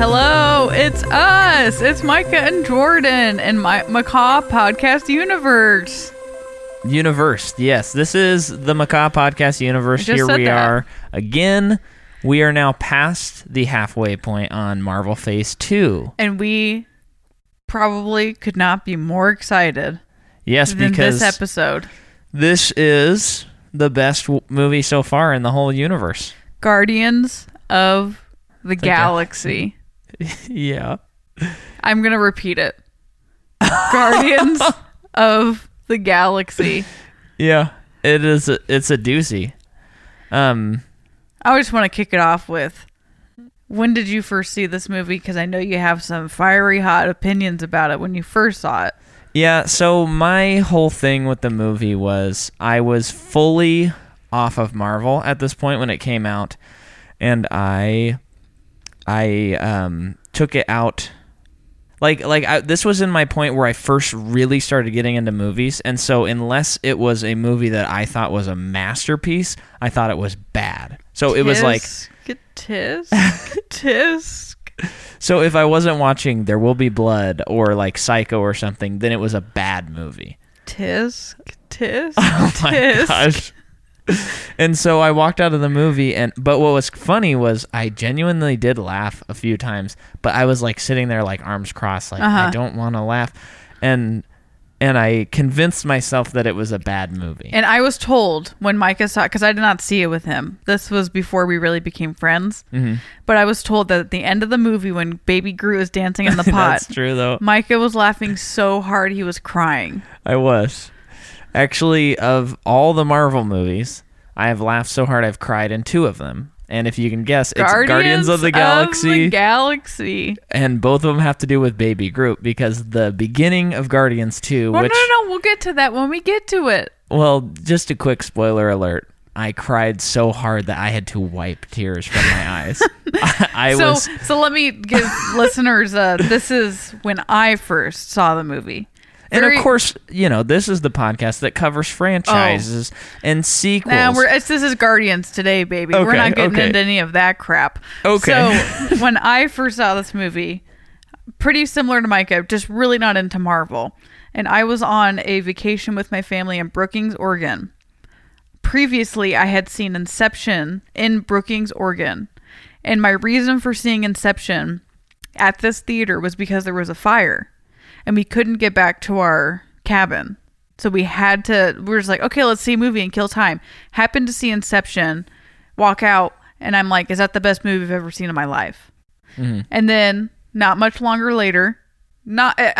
Hello, it's us. It's Micah and Jordan and my Macaw Podcast Universe. Universe. Yes, this is the Macaw Podcast Universe. I just Here said we that. are again. We are now past the halfway point on Marvel Phase Two. And we probably could not be more excited Yes, than because this this, episode. is the best w- movie so far in the whole universe. Guardians of the Galaxy. Yeah. I'm going to repeat it. Guardians of the Galaxy. Yeah. It is. A, it's a doozy. Um. I just want to kick it off with when did you first see this movie? Because I know you have some fiery hot opinions about it when you first saw it. Yeah, so my whole thing with the movie was I was fully off of Marvel at this point when it came out and I I um took it out like like I, this was in my point where I first really started getting into movies and so unless it was a movie that I thought was a masterpiece, I thought it was bad. So it was like Tisk, tisk, tisk. so if I wasn't watching There Will Be Blood or like Psycho or something, then it was a bad movie. Tisk, tisk, Oh my tisk. gosh. And so I walked out of the movie and but what was funny was I genuinely did laugh a few times, but I was like sitting there like arms crossed like I Uh-huh. don't want to laugh. And and I convinced myself that it was a bad movie. And I was told when Micah saw because I did not see it with him. This was before we really became friends. Mm-hmm. But I was told that at the end of the movie, when Baby Groot is dancing in the pot, That's true though. Micah was laughing so hard he was crying. I was. Actually of all the Marvel movies, I have laughed so hard I've cried in two of them. And if you can guess, it's Guardians, of the Galaxy. Galaxy. and both of them have to do with Baby Groot because the beginning of Guardians 2, Well, which, Oh, no, no, no. We'll get to that when we get to it. well, just a quick spoiler alert. I cried so hard that I had to wipe tears from my eyes. I, I so, was, so let me give listeners. Uh, this is when I first saw the movie, and of Very- course, you know, this is the podcast that covers franchises and sequels. Oh. Nah, we're it's, this is Guardians today, baby. we're Okay, not getting okay. into any of that crap. Okay. So when I first saw this movie, pretty similar to Micah, just really not into Marvel. And I was on a vacation with my family in Brookings, Oregon. Previously, I had seen Inception in Brookings, Oregon. And my reason for seeing Inception at this theater was because there was a fire and we couldn't get back to our cabin. So we had to, we were just like, okay, let's see a movie and kill time. Happened to see Inception, walk out, and I'm like, is that the best movie I've ever seen in my life? Mm-hmm. And then not much longer later, not I,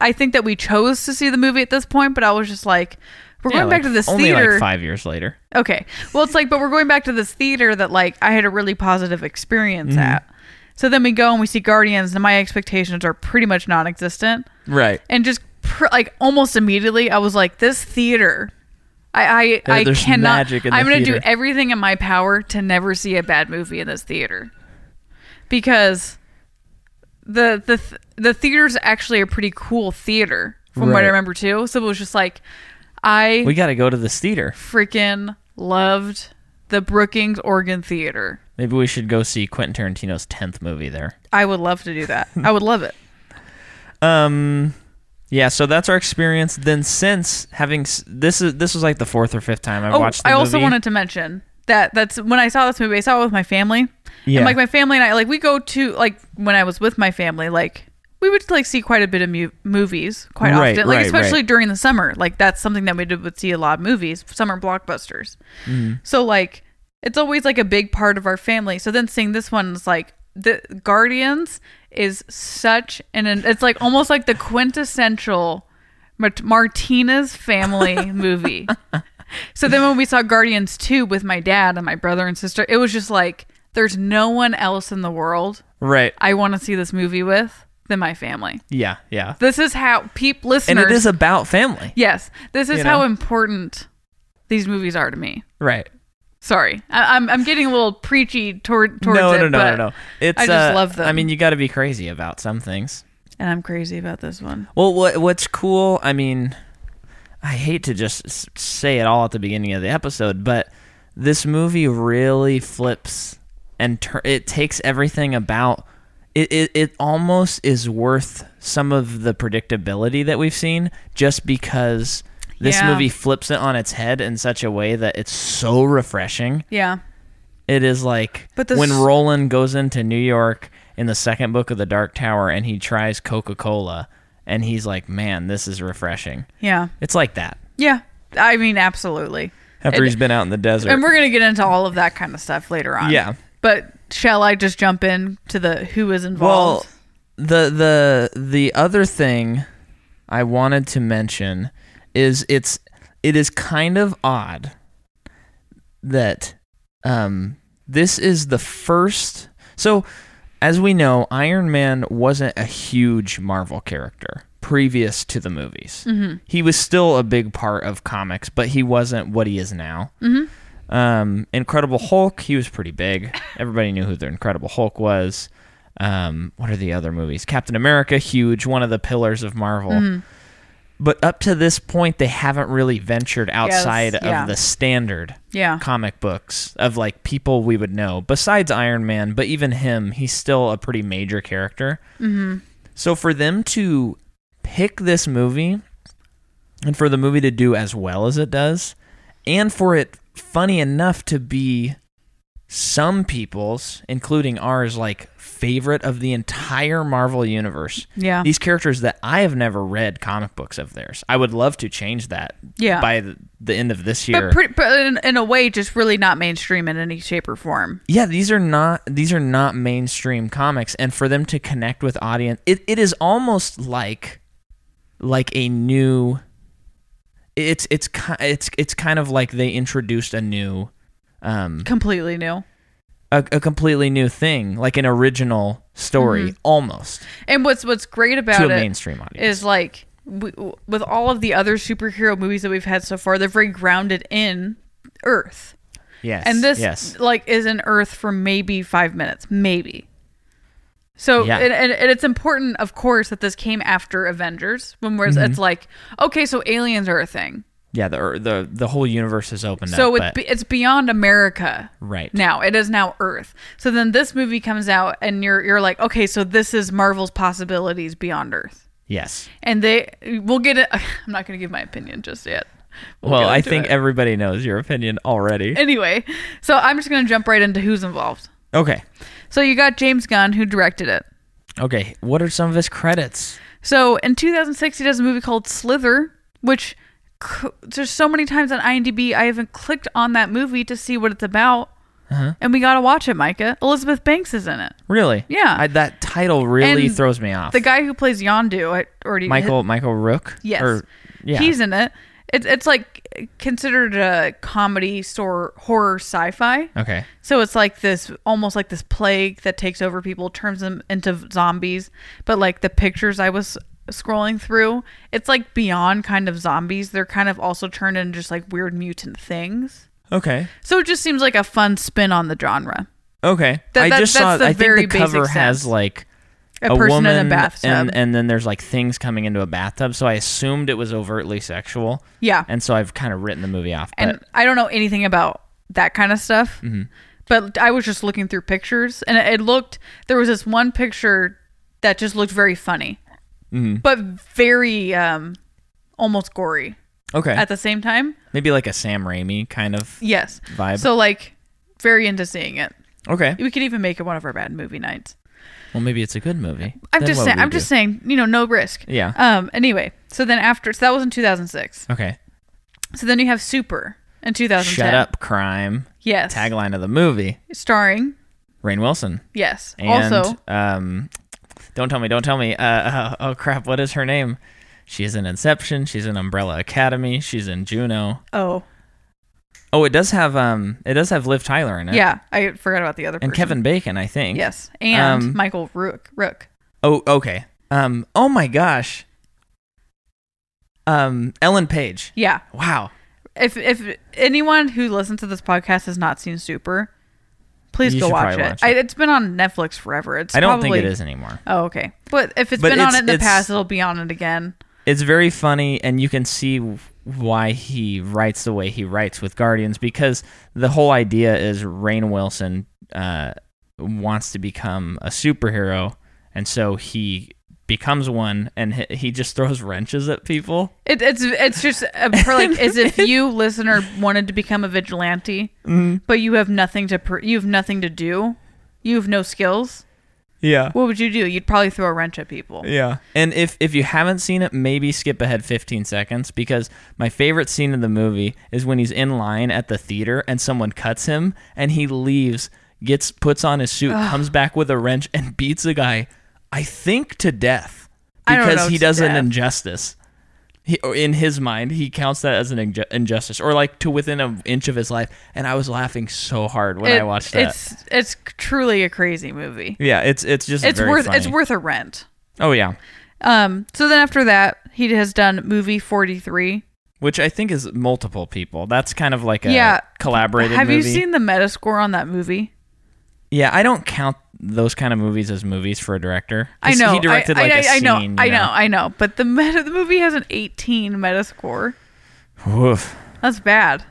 I I think that we chose to see the movie at this point, but I was just like, we're Yeah, going back like, to this only theater. like five years later. Okay. Well, it's like, but we're going back to this theater that like I had a really positive experience Mm-hmm. at. So then we go and we see Guardians, and my expectations are pretty much non-existent. Right. And just pr- like almost immediately, I was like, this theater. I I, There- I there's cannot. magic in the I'm gonna do theater. everything in my power to never see a bad movie in this theater, because the the th- the theater's actually a pretty cool theater from what Right. I remember too. So it was just like, I We got to go to this theater. freaking loved the Brookings Oregon Theater. Maybe we should go see Quentin Tarantino's 10th movie there. I would love to do that. I would love it. Um, yeah. So that's our experience. Then since having s- this is this was like the fourth or fifth time I Oh, watched. The I also movie. wanted to mention that that's when I saw this movie. I saw it with my family. Yeah. And like my family and I, like we go to like when I was with my family, like we would like see quite a bit of mu- movies quite Right, often, like right, especially right. during the summer. Like that's something that we did would see a lot of movies, summer blockbusters. Mm-hmm. So like it's always like a big part of our family. So then seeing this one is like the Guardians is such an it's like almost like the quintessential Mart- Martinez family movie. So then when we saw Guardians 2 with my dad and my brother and sister, it was just like there's no one else in the world Right. I want to see this movie with than my family. Yeah. Yeah. This is how peep And listeners it is about family. Yes, this is You how know? important these movies are to me. Right. Sorry, I, I'm I'm getting a little preachy toward towards no, it. no, no, but, no, no. It's I just uh, love them. I mean, you got to be crazy about some things. and I'm crazy about this one. Well, what what's cool? I mean, I hate to just s- say it all at the beginning of the episode, but this movie really flips and tur it takes everything about. it, it, it almost is worth some of the predictability that we've seen just because this Yeah. movie flips it on its head in such a way that it's so refreshing. Yeah. It is like But this- when Roland goes into New York in the second book of the Dark Tower and he tries Coca Cola and he's like, man, this is refreshing. Yeah. It's like that. Yeah. I mean, absolutely. After he's been out in the desert. And we're going to get into all of that kind of stuff later on. Yeah. But shall I just jump in to the who is Well, involved? the the the other thing I wanted to mention is it's it is kind of odd that um this is the first so as we know Iron Man wasn't a huge Marvel character previous to the movies. He was still a big part of comics, but he wasn't what he is now. Um, Incredible Hulk, he was pretty big. Everybody knew who the Incredible Hulk was. Um, what are the other movies? Captain America, huge, one of the pillars of Marvel. But up to this point, they haven't really ventured outside yeah. of the standard yeah. comic books of like people we would know besides Iron Man, but even him, he's still a pretty major character. Mm-hmm. So for them to pick this movie and for the movie to do as well as it does, and for it funny enough to be some people's, including ours, like favorite of the entire Marvel universe. Yeah. These characters that I have never read comic books of theirs. I would love to change that Yeah. by the, the end of this year. But, pretty, but in, in a way, just really not mainstream in any shape or form. yeah these are not these are not mainstream comics and for them to connect with audience it, it is almost like like a new it's it's ki- it's it's kind of like they introduced a new um Completely new. a, a completely new thing like an original story Mm-hmm. almost And what's what's great about to a it mainstream audience is like w- w- with all of the other superhero movies that we've had so far, they're very grounded in Earth, yes and this yes like is an Earth for maybe five minutes, maybe. So Yeah. and, and, and it's important, of course, that this came after Avengers, when whereas Mm-hmm. it's like okay, so aliens are a thing. yeah the er, the the whole universe is opened so up it's but, be it's beyond America right now. It is now Earth. So then this movie comes out, and you're you're like, okay, so this is Marvel's possibilities beyond Earth. yes and they we'll get it. I'm not going to give my opinion just yet. well get i into think it. everybody knows your opinion already anyway, so I'm just going to jump right into who's involved. okay So you got James Gunn who directed it. okay what are some of his credits So in 2006 he does a movie called Slither, which c- there's so many times on IMDb I haven't clicked on that movie to see what it's about. Uh-huh. And we got to watch it, Micah. Elizabeth Banks is in it. Really? Yeah. I, that title really And throws me off. The guy who plays Yondu, I already Michael Michael Rook. Yes. Or, yeah. He's in it. It's it's like considered a comedy sor- horror sci-fi. okay. So it's like this almost like this plague that takes over people, turns them into zombies. But like the pictures I was scrolling through, it's like beyond kind of zombies. They're kind of also turned into just like weird mutant things. Okay. So it just seems like a fun spin on the genre. Okay. That- I that- just that's saw. the I think very the cover basic has sense. like A, person woman in a bathtub. and and then there's like things coming into a bathtub. So I assumed it was overtly sexual, yeah. and so I've kind of written the movie off. But Mm-hmm. and I don't know anything about that kind of stuff. But I was just looking through pictures, and it, it looked there was this one picture that just looked very funny, mm-hmm. but very um, almost gory okay, at the same time. maybe like a Sam Raimi kind of Yes, vibe. so like very into seeing it. okay. We could even make it one of our bad movie nights. Well, maybe it's a good movie. I'm Then just what saying. would we I'm do? just saying. You know, no risk. Yeah. Um. Anyway, so then after so that was in 2006. Okay. So then you have Super in 2010. Shut up, crime. Yes. Tagline of the movie: Starring. Rain Wilson. Yes. And also. um, don't tell me, don't tell me. Uh, uh, oh crap, what is her name? She's in Inception. She's in Umbrella Academy. She's in Juno. Oh. Oh, it does have um, it does have Liv Tyler in it. Yeah, I forgot about the other and person. Kevin Bacon, I think. Yes, and Um, Michael Rook. Rook. Oh, okay. Um, oh my gosh. Um, Ellen Page. Yeah. Wow. If if anyone who listens to this podcast has not seen Super, please You go should watch it. probably watch I, it. it's been on Netflix forever. It's I don't probably, think it is anymore. Oh, okay. But if it's But been on it's- it in the it's- past, it'll be on it again. It's very funny, and you can see why he writes the way he writes with Guardians because the whole idea is Rain Wilson uh, wants to become a superhero, and so he becomes one, and he, he just throws wrenches at people. It, it's it's just uh, for like as if you listener wanted to become a vigilante, Mm-hmm. but you have nothing to pr- you have nothing to do, you have no skills. Yeah. What would you do? You'd probably throw a wrench at people. Yeah. And if if you haven't seen it, maybe skip ahead 15 seconds because my favorite scene in the movie is when he's in line at the theater and someone cuts him and he leaves, gets puts on his suit, comes back with a wrench and beats a guy I think to death I don't know because he to does an death. injustice. He, or in his mind, he counts that as an inju- injustice, or like to within an inch of his life. And I was laughing so hard when I It- watched that. It's it's truly a crazy movie. yeah, it's it's just It's very worth it's funny. worth a rent. Oh yeah, Um. So then after that, he has done movie forty three. which I think is multiple people. That's kind of like a Yeah. collaborated Have you movie. seen the Metascore on that movie? Yeah, I don't count those kind of movies as movies for a director. I 'Cause know. he directed I, like I, a I scene. know, you I know. I know. But the meta, the movie has an eighteen Metascore. Woof, That's bad.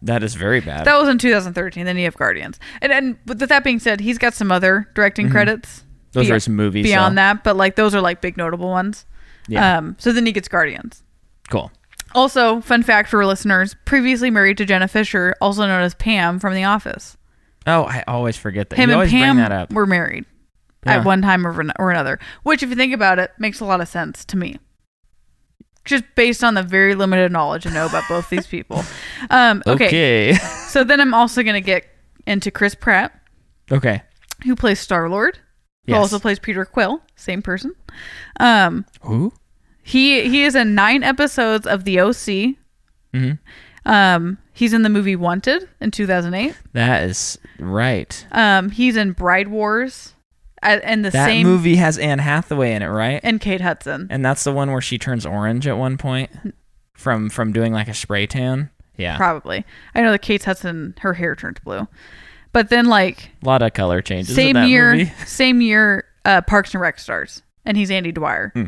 that is very bad. That was in 2013. Then you have Guardians, and and with that being said, he's got some other directing credits. Mm-hmm. Those be- are his movies, Beyond so- that, but like those are like big notable ones. Yeah. Um. So then he gets Guardians. cool. Also, fun fact for listeners: previously married to Jenna Fisher, also known as Pam from The Office. Oh, I always forget that. Him and you always Pam bring that up. were married Yeah. at one time or, an- or another, which, if you think about it, makes a lot of sense to me. Just based on the very limited knowledge I know about both these people. Um, okay. Okay. So then I'm also going to get into Chris Pratt, Okay. who plays Star Lord, who Yes. also plays Peter Quill, same person. Um, Who? he he is in nine episodes of The OC. Mhm. Um, he's in the movie Wanted in 2008. That is right. Um, he's in Bride Wars, a- and the That same movie has Anne Hathaway in it, right? and Kate Hudson. And that's the one where she turns orange at one point from from doing like a spray tan. Yeah, Probably. I know that Kate Hudson, her hair turned blue. But then, like, a lot of color changes. in same that year, movie. same year, uh, Parks and Rec stars, and he's Andy Dwyer. Hmm.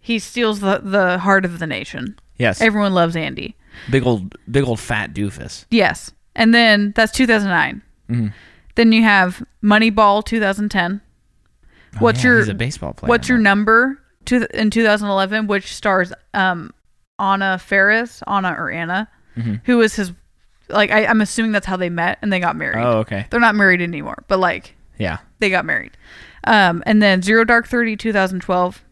He steals the, the heart of the nation. Yes, Everyone loves Andy. big old big old fat doofus. Yes. And then that's 2009. Mm-hmm. Then you have Moneyball 2010. Oh, What's Oh, yeah, your he's a baseball player, What's your number to, in 2011, which stars um, Anna Ferris, Anna or Anna, Mm-hmm. who is his like I, I'm assuming that's how they met and they got married. Oh, okay. They're not married anymore, but like Yeah. they got married. Um, and then Zero Dark Thirty 2012,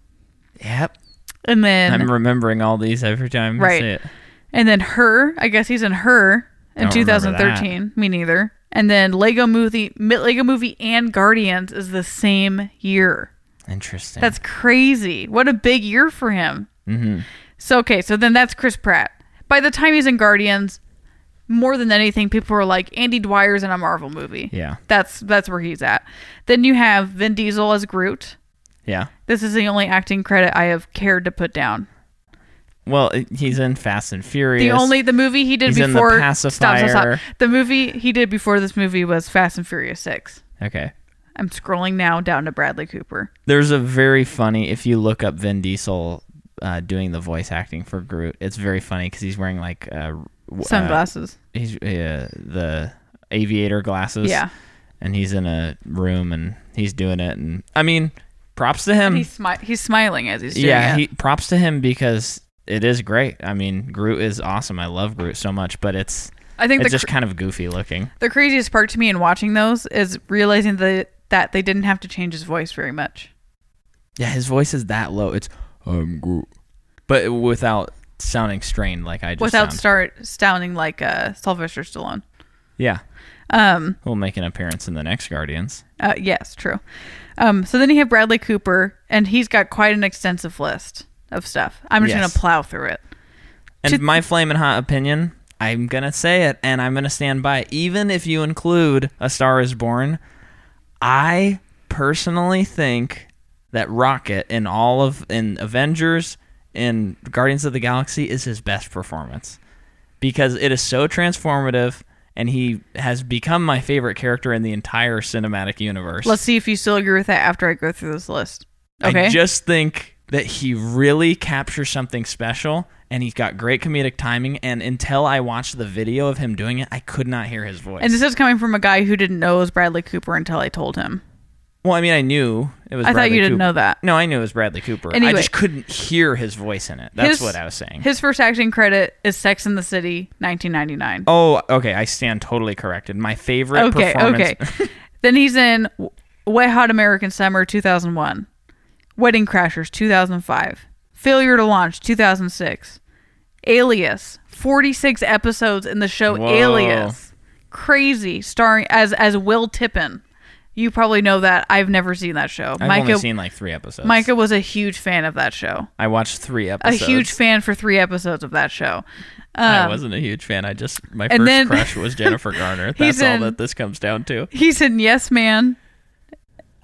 Yep. and then I'm remembering all these every time I Right. say it. and then her. I guess he's in her in Don't remember 2013. Me neither. And then Lego Movie, Mi- Lego Movie, and Guardians is the same year. Interesting. That's crazy. What a big year for him. Mm-hmm. So okay, so then that's Chris Pratt. By the time he's in Guardians, more than anything, people are like Andy Dwyer's in a Marvel movie. yeah. That's that's where he's at. Then you have Vin Diesel as Groot. Yeah. This is the only acting credit I have cared to put down. Well, it- he's in Fast and Furious. The only the movie he did He's in The before Pacifier. The movie he did before this movie was Fast and Furious Six. Okay. I'm scrolling now down to Bradley Cooper. There's a very funny if you look up Vin Diesel uh, doing the voice acting for Groot. It's very funny because he's wearing like uh, w- uh, Sunglasses. he's uh, the aviator glasses. Yeah. And he's in a room and he's doing it. And I mean, props to him. he's smi- he's smiling as he's doing yeah, it. he, props to him because it is great. I mean, Groot is awesome. I love Groot so much, but it's I think it's the just kind of goofy looking. The craziest part to me in watching those is realizing that that they didn't have to change his voice very much. Yeah, his voice is that low. It's I'm Groot, but without sounding strained like I just Without sound. start sounding like uh, Sylvester Stallone. yeah, Um, he'll make an appearance in the next Guardians. uh, yes, true. Um, so then you have Bradley Cooper, and he's got quite an extensive list of stuff. I'm just Yes. gonna plow through it. And To- my flaming hot opinion, I'm gonna say it, and I'm gonna stand by. it. Even if you include A Star Is Born, I personally think that Rocket in all of in Avengers in Guardians of the Galaxy is his best performance because it is so transformative, and he has become my favorite character in the entire cinematic universe. Let's see if you still agree with that after I go through this list. Okay. I just think that he really captures something special and he's got great comedic timing and until I watched the video of him doing it, I could not hear his voice. and this is coming from a guy who didn't know it was Bradley Cooper until I told him. Well, I mean, I knew it was. I thought Bradley you didn't Cooper. know that. No, I knew it was Bradley Cooper. I Anyway. just couldn't hear his voice in it. That's His- what I was saying. His first acting credit is Sex in the City, 1999. oh, okay. I stand totally corrected. My favorite okay, performance. okay. then he's in W- Wet Hot American Summer, 2001. Wedding Crashers, 2005. Failure to Launch, 2006. Alias, 46 episodes in the show Whoa. Alias. Crazy, starring as as Will Tippin. You probably know that. I've never seen that show. I've Micah only seen like three episodes. Micah was a huge fan of that show. I watched three A episodes. huge fan for three episodes of that show. I Um, wasn't a huge fan. I just my and first then- crush was Jennifer Garner. He's That's all in- that this comes down to. he's in Yes Man.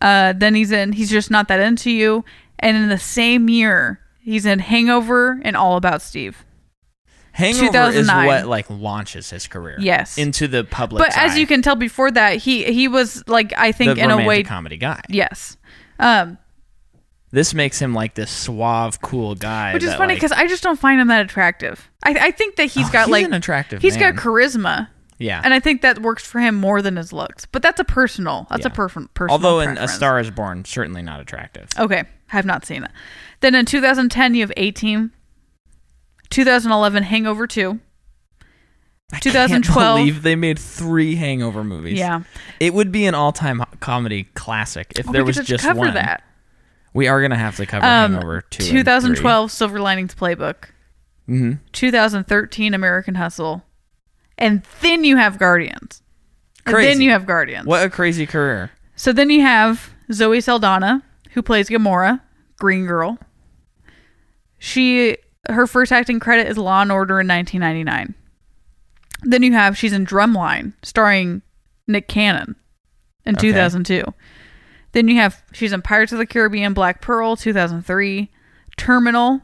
Uh, then he's in He's Just Not That Into You. And in the same year, he's in Hangover and All About Steve. Hangover is 2009. what like launches his career. Yes. into the public. But as you can tell before that, he he was like I the think in a romantic way comedy guy. yes. Um, This makes him like this suave, cool guy. which is that, funny like- because I just don't find him that attractive. I, I think that he's Oh, got he's like an attractive He's man. got charisma, yeah, and I think that works for him more than his looks. But that's a personal. That's a Yeah. per- personal. although in A preference. Star Is Born, certainly not attractive. Okay, have not seen it. Then in 2010, you have 18. 2011, Hangover 2. I can't 2012. believe they made three Hangover movies. Yeah. it would be an all-time ho- comedy classic if Oh, there we was could just cover one. that. We are gonna have to cover Um, Hangover two. and three. 2012, Silver Linings Playbook. Mhm. 2013, American Hustle. And then you have Guardians. And then Crazy. you have Guardians. What a crazy career! So then you have Zoe Saldana, who plays Gamora, Green Girl. She her first acting credit is Law and Order in 1999. Then you have she's in Drumline, starring Nick Cannon, in Okay. 2002. Then you have she's in Pirates of the Caribbean: Black Pearl, 2003. Terminal,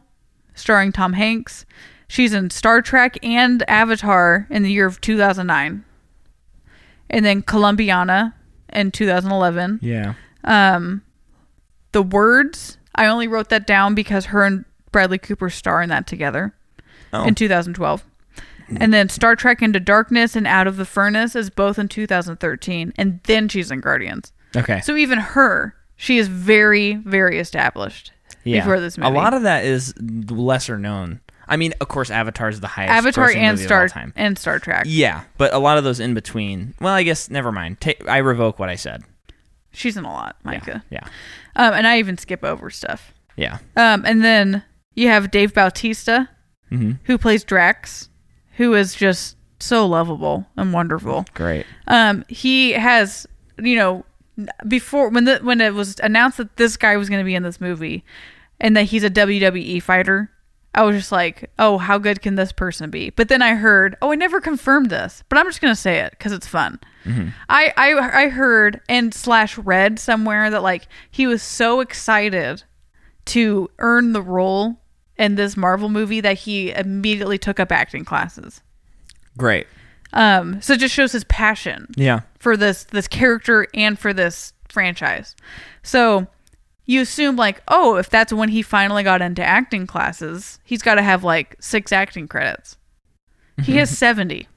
starring Tom Hanks. She's in Star Trek and Avatar in the year of 2009. And then Columbiana in 2011. Yeah, Um, the words, I only wrote that down because her and Bradley Cooper star in that together Oh. in 2012. And then Star Trek Into Darkness and Out of the Furnace is both in 2013. And then she's in Guardians. okay. So even her, she is very, very established before this movie. A lot of that is lesser known. I mean, of course, Avatar is the highest Avatar grossing and movie of Star all time. and Star Trek. Yeah, but a lot of those in between. Well, I guess never mind. Ta I revoke what I said. She's in a lot, Micah. Yeah, Um, and I even skip over stuff. yeah. Um, and then you have Dave Bautista, hmm who plays Drax, who is just so lovable and wonderful. Great. Um, he has, you know, before when the when it was announced that this guy was going to be in this movie, and that he's a WWE fighter, I was just like, oh, how good can this person be? But then I heard, oh, I never confirmed this, but I'm just going to say it because it's fun. I, I I heard and slash read somewhere that like he was so excited to earn the role in this Marvel movie that he immediately took up acting classes. Great. Um, so it just shows his passion Yeah. for this this character and for this franchise. So you assume like, oh, if that's when he finally got into acting classes, he's got to have like six acting credits. He has 70.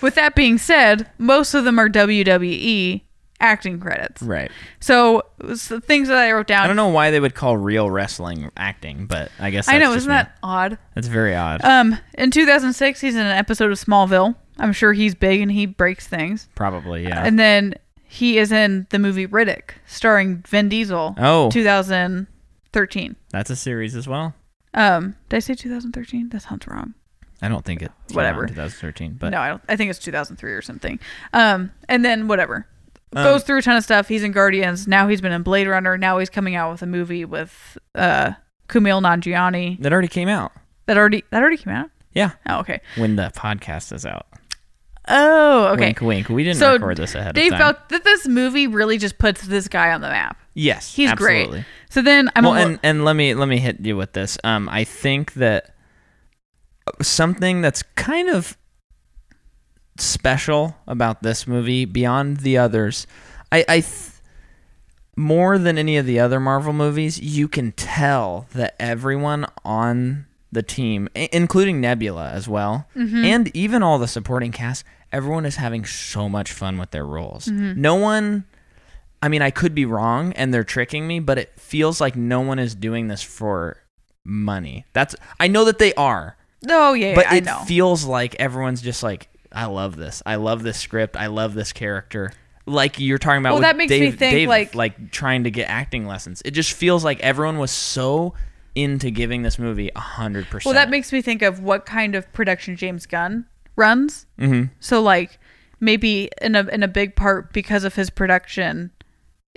With that being said, most of them are WWE acting credits. Right. So, so things that I wrote down. I don't know why they would call real wrestling acting, but I guess that's I know, just isn't me. that odd? That's very odd. Um, in 2006, he's in an episode of Smallville. I'm sure he's big and he breaks things. Probably. Yeah. And then he is in the movie Riddick, starring Vin Diesel. Oh. 2013. that's a series as well. Um, did I say 2013? That sounds wrong. I don't think it. came out Whatever. In 2013, but no, I don't. I think it's 2003 or something. Um, and then whatever Um, goes through a ton of stuff. He's in Guardians. Now he's been in Blade Runner. Now he's coming out with a movie with uh Kumail Nanjiani that already came out. that already that already came out. Yeah. Oh, okay. When the podcast is out. Oh, okay. Wink, wink. We didn't So record this ahead Dave of time. felt that this movie really just puts this guy on the map. yes. He's absolutely. great. So then I'm well, a, and and let me let me hit you with this. Um, I think that something that's kind of special about this movie, beyond the others, I, I th- more than any of the other Marvel movies, you can tell that everyone on the team, i- including Nebula as well, Mm-hmm. and even all the Mm-hmm. supporting cast, everyone is having so much fun with their roles. No one I mean, I could be wrong and they're tricking me, but it feels like no one is doing this for money. That's I know that they are, Oh yeah, but yeah, I it know. feels like everyone's just like, I love this. I love this script. I love this character. Like you're talking about. Well, with that makes me Dave- think, Dave, like- like trying to get acting lessons. It just feels like everyone was so into giving this movie a hundred percent. well, that makes me think of what kind of production James Gunn runs. Mm-hmm. So like maybe in a in a big part because of his production.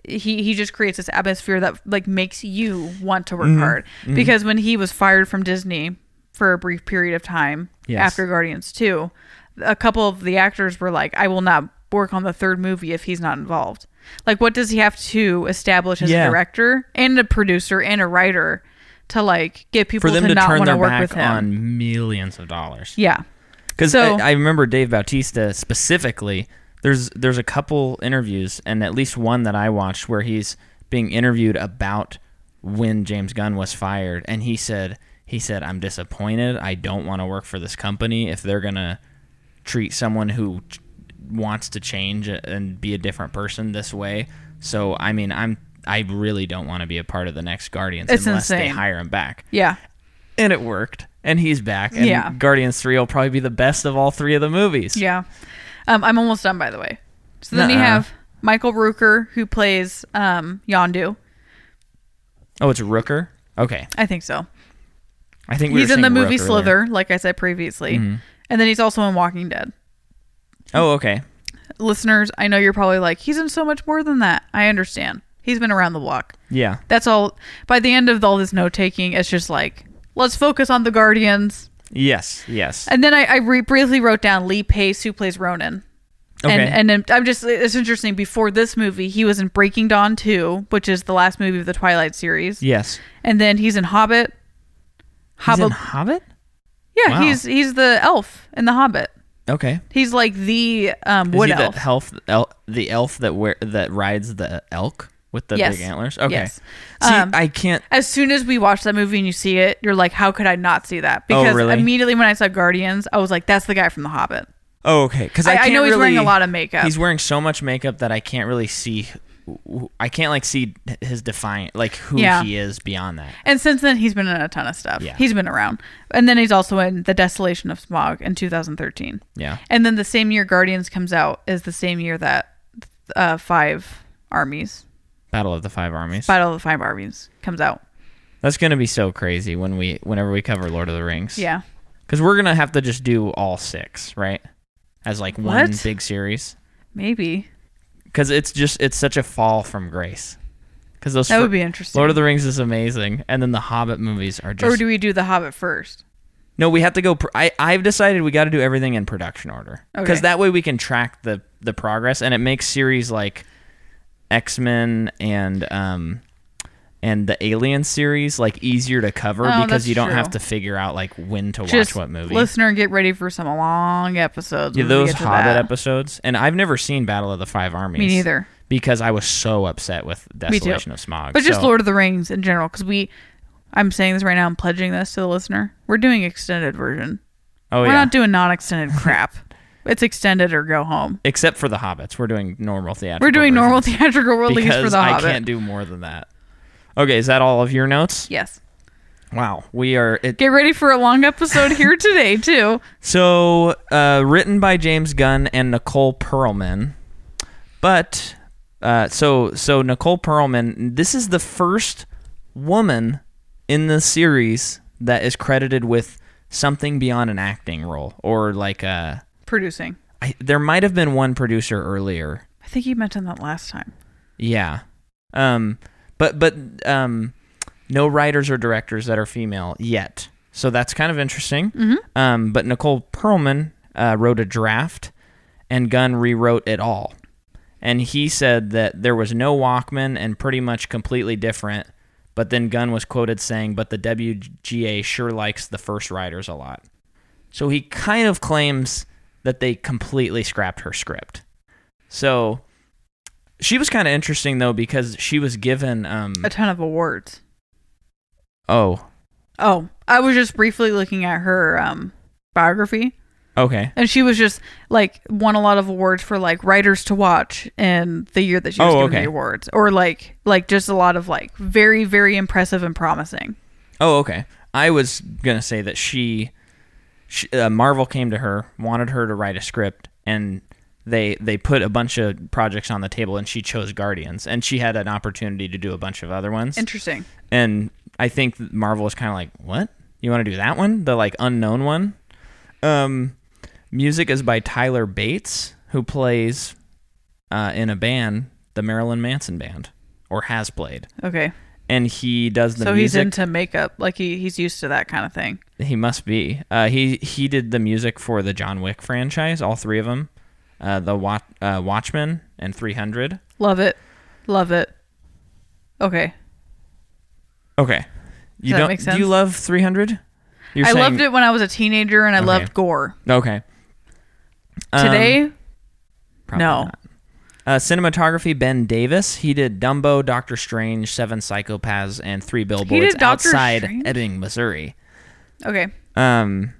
He, he just creates this atmosphere that like makes you want to work Mm-hmm. hard because when he was fired from Disney for a brief period of time Yes. after Guardians 2 a couple of the actors were like I will not work on the third movie if he's not involved like what does he have to establish as Yeah. a director and a producer and a writer to like get people for them to, to not turn want to their work with back him on millions of dollars. yeah. Because So- I, I remember Dave Bautista specifically. There's there's a couple interviews and at least one that I watched where he's being interviewed about when James Gunn was fired, and he said he said I'm disappointed. I don't want to work for this company if they're gonna treat someone who ch- wants to change and be a different person this way. So I mean I'm I really don't want to be a part of the next Guardians It's unless they insane. hire him back Yeah. and it worked and he's back and Yeah. guardians 3 will probably be the best of all three of the movies Yeah. Um, I'm almost done by the way. So then you Nuh-uh. have Michael Rooker who plays um Yondu. oh it's rooker okay I think so. i think we he's were in the saying movie Rook earlier. Mm-hmm. Slither, like I said previously. And then he's also in Walking Dead. oh okay Listeners, I know you're probably like, he's in so much more than that. I understand. He's been around the block. yeah That's all by the end of all this note taking, it's just like, let's focus on the Guardians. yes yes And then I, I re- briefly wrote down Lee Pace, who plays Ronan. Okay. And, and then I'm just, it's interesting. Before this movie, he was in Breaking Dawn 2, which is the last movie of the Twilight series. yes And then he's in Hobbit. he's Hobbit. in hobbit yeah, Wow. he's he's the elf in The Hobbit. okay He's like the um, is wood he elf. the elf el- the elf that wear that rides the elk with the Yes. big antlers okay Yes. see Um, i can't as soon as we watch that movie and you see it, you're like, how could I not see that? Oh, Because really? immediately when I saw Guardians, I was like, that's the guy from The Hobbit. oh okay because I- I I, can't know he's wearing a really- lot of makeup. he's wearing so much makeup that i can't really see i can't like see his defiant like who Yeah. he is beyond that And since then, he's been in a ton of stuff. Yeah. He's been around. And then he's also in The Desolation of Smog in 2013. yeah And then the same year Guardians comes out is the same year that uh, Five Armies, battle of the five armies Battle of the Five Armies, comes out. That's gonna be so crazy when we whenever we cover Lord of the Rings. Yeah. because we're gonna have to just do all six, right? As like one What? big series, Maybe. because it's just it's such a fall from grace. Because those That fir- would be interesting. Lord of the Rings is amazing, and then the Hobbit movies are or just do we do The Hobbit first? no. We have to go. Pr- I I've decided we got to do everything in production order because Okay. that way we can track the the progress, and it makes series like X Men and um. And the Alien series like easier to cover Oh, because that's you don't true. have to figure out like when to Just watch what movie. listener, get ready for some long episodes. Yeah, when we those get to Hobbit that. episodes, and I've never seen Battle of the Five Armies. Me neither. Because I was so upset with Desolation of Smog. But just so- Lord of the Rings in general, because we, I'm saying this right now, I'm pledging this to the listener. We're doing extended version. Oh We're yeah. not doing non-extended crap. It's extended or go home. Except for the Hobbits, we're doing normal theatrical. We're doing normal versions theatrical release because for the I Hobbit. can't do more than that. Okay, is that all of your notes? yes. Wow, we are. It, Get ready for a long episode here today too. So, uh, written by James Gunn and Nicole Perlman, but uh, so so Nicole Perlman. This is the first woman in the series that is credited with something beyond an acting role, or like a. Producing. I, there might have been one producer earlier. I think you mentioned that last time. Yeah, um, but but um, no writers or directors that are female yet. So that's kind of interesting. Um, but Nicole Perlman uh, wrote a draft, and Gunn rewrote it all. And he said that there was no Walkman and pretty much completely different. But then Gunn was quoted saying, "But the WGA sure likes the first writers a lot." So he kind of claims that they completely scrapped her script. So she was kind of interesting though because she was given um A ton of awards. oh Oh, I was just briefly looking at her um, biography. Okay. And she was just like won a lot of awards for like writers to watch in the year that she was Oh, given okay. the awards, or like like just a lot of like very very impressive and promising. Oh, okay. I was gonna say that she, she uh, Marvel came to her, wanted her to write a script, and they they put a bunch of projects on the table, and she chose Guardians, and she had an opportunity to do a bunch of other ones, Interesting. and I think Marvel is kind of like, what you want to do that one, the like unknown one. Um, music is by Tyler Bates, who plays uh, in a band, the Marilyn Manson band, or has played, Okay, and he does the so he's music. into makeup, like he he's used to that kind of thing. He must be. Uh, he he did the music for the John Wick franchise, all three of them, uh, the Wat uh, Watchmen and 300. Love it, love it. Okay, Okay, you that don't. make Do sense? you love 300? You're I saying- loved it when I was a teenager, and I Okay. loved gore. Okay. Um, Today, probably no. not. Uh, cinematography Ben Davis. He did Dumbo, Doctor Strange, Seven Psychopaths, and Three Billboards did Doctor outside Strange? Ebbing, Missouri. okay, Um,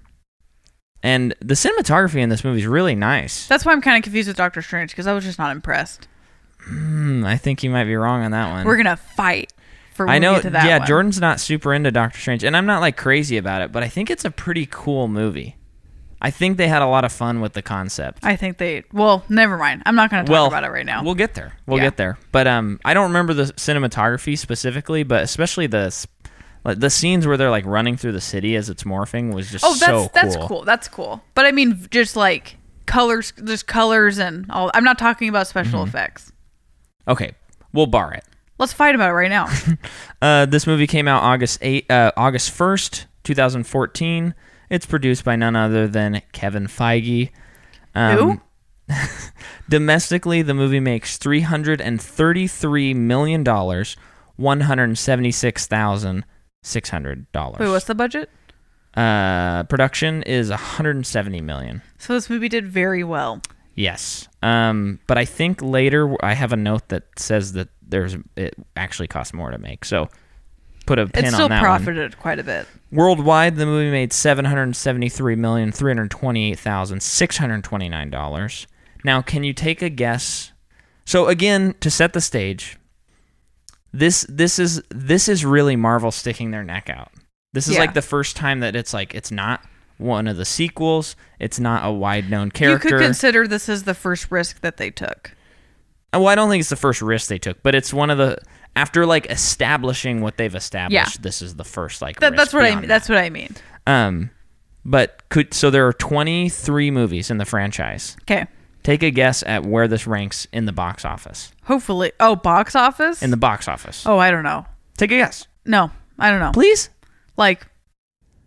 and the cinematography in this movie is really nice. that's why I'm kind of confused with Doctor Strange because I was just not impressed. Hmm, I think you might be wrong on that one. We're gonna fight for. When I know. We get to that yeah, one. Jordan's not super into Doctor Strange, and I'm not like crazy about it, but I think it's a pretty cool movie. I think they had a lot of fun with the concept. I think they. Well, never mind. I'm not gonna talk well, about it right now. We'll get there. We'll Yeah. get there. But um, I don't remember the cinematography specifically, but especially the s- like the scenes where they're like running through the city as it's morphing was just Oh, that's so cool. that's cool. That's cool. But I mean, just like colors, just colors and all. I'm not talking about special Mm-hmm. effects. Okay, we'll bar it. Let's fight about it right now. Uh, this movie came out August eight, uh, August first, two thousand fourteen. It's produced by none other than Kevin Feige. Um, Who? domestically, the movie makes three hundred and thirty-three million dollars, one hundred seventy-six thousand six hundred Wait, dollars. what's the budget? Uh, production is one hundred and seventy million. So this movie did very well. Yes. Um, but I think later I have a note that says that there's it actually costs more to make. So put a pin It on still that one. profited quite a bit. Worldwide, the movie made seven hundred seventy-three million three hundred twenty-eight thousand six hundred twenty-nine dollars. Now, can you take a guess? So, again, to set the stage, this this is this is really Marvel sticking their neck out. This is Yeah. like the first time that it's like it's not one of the sequels. It's not a wide known character. You could consider this as the first risk that they took. well, I don't think it's the first risk they took, but it's one of the after like establishing what they've established. This is the first like. That, risk that's what I beyond mean. that. That's what I mean. Um, but could so there are 23 movies in the franchise. Okay. Take a guess at where this ranks in the box office. Hopefully. Oh, box office. In the box office. oh, I don't know. Take a guess, No, I don't know. please. Like,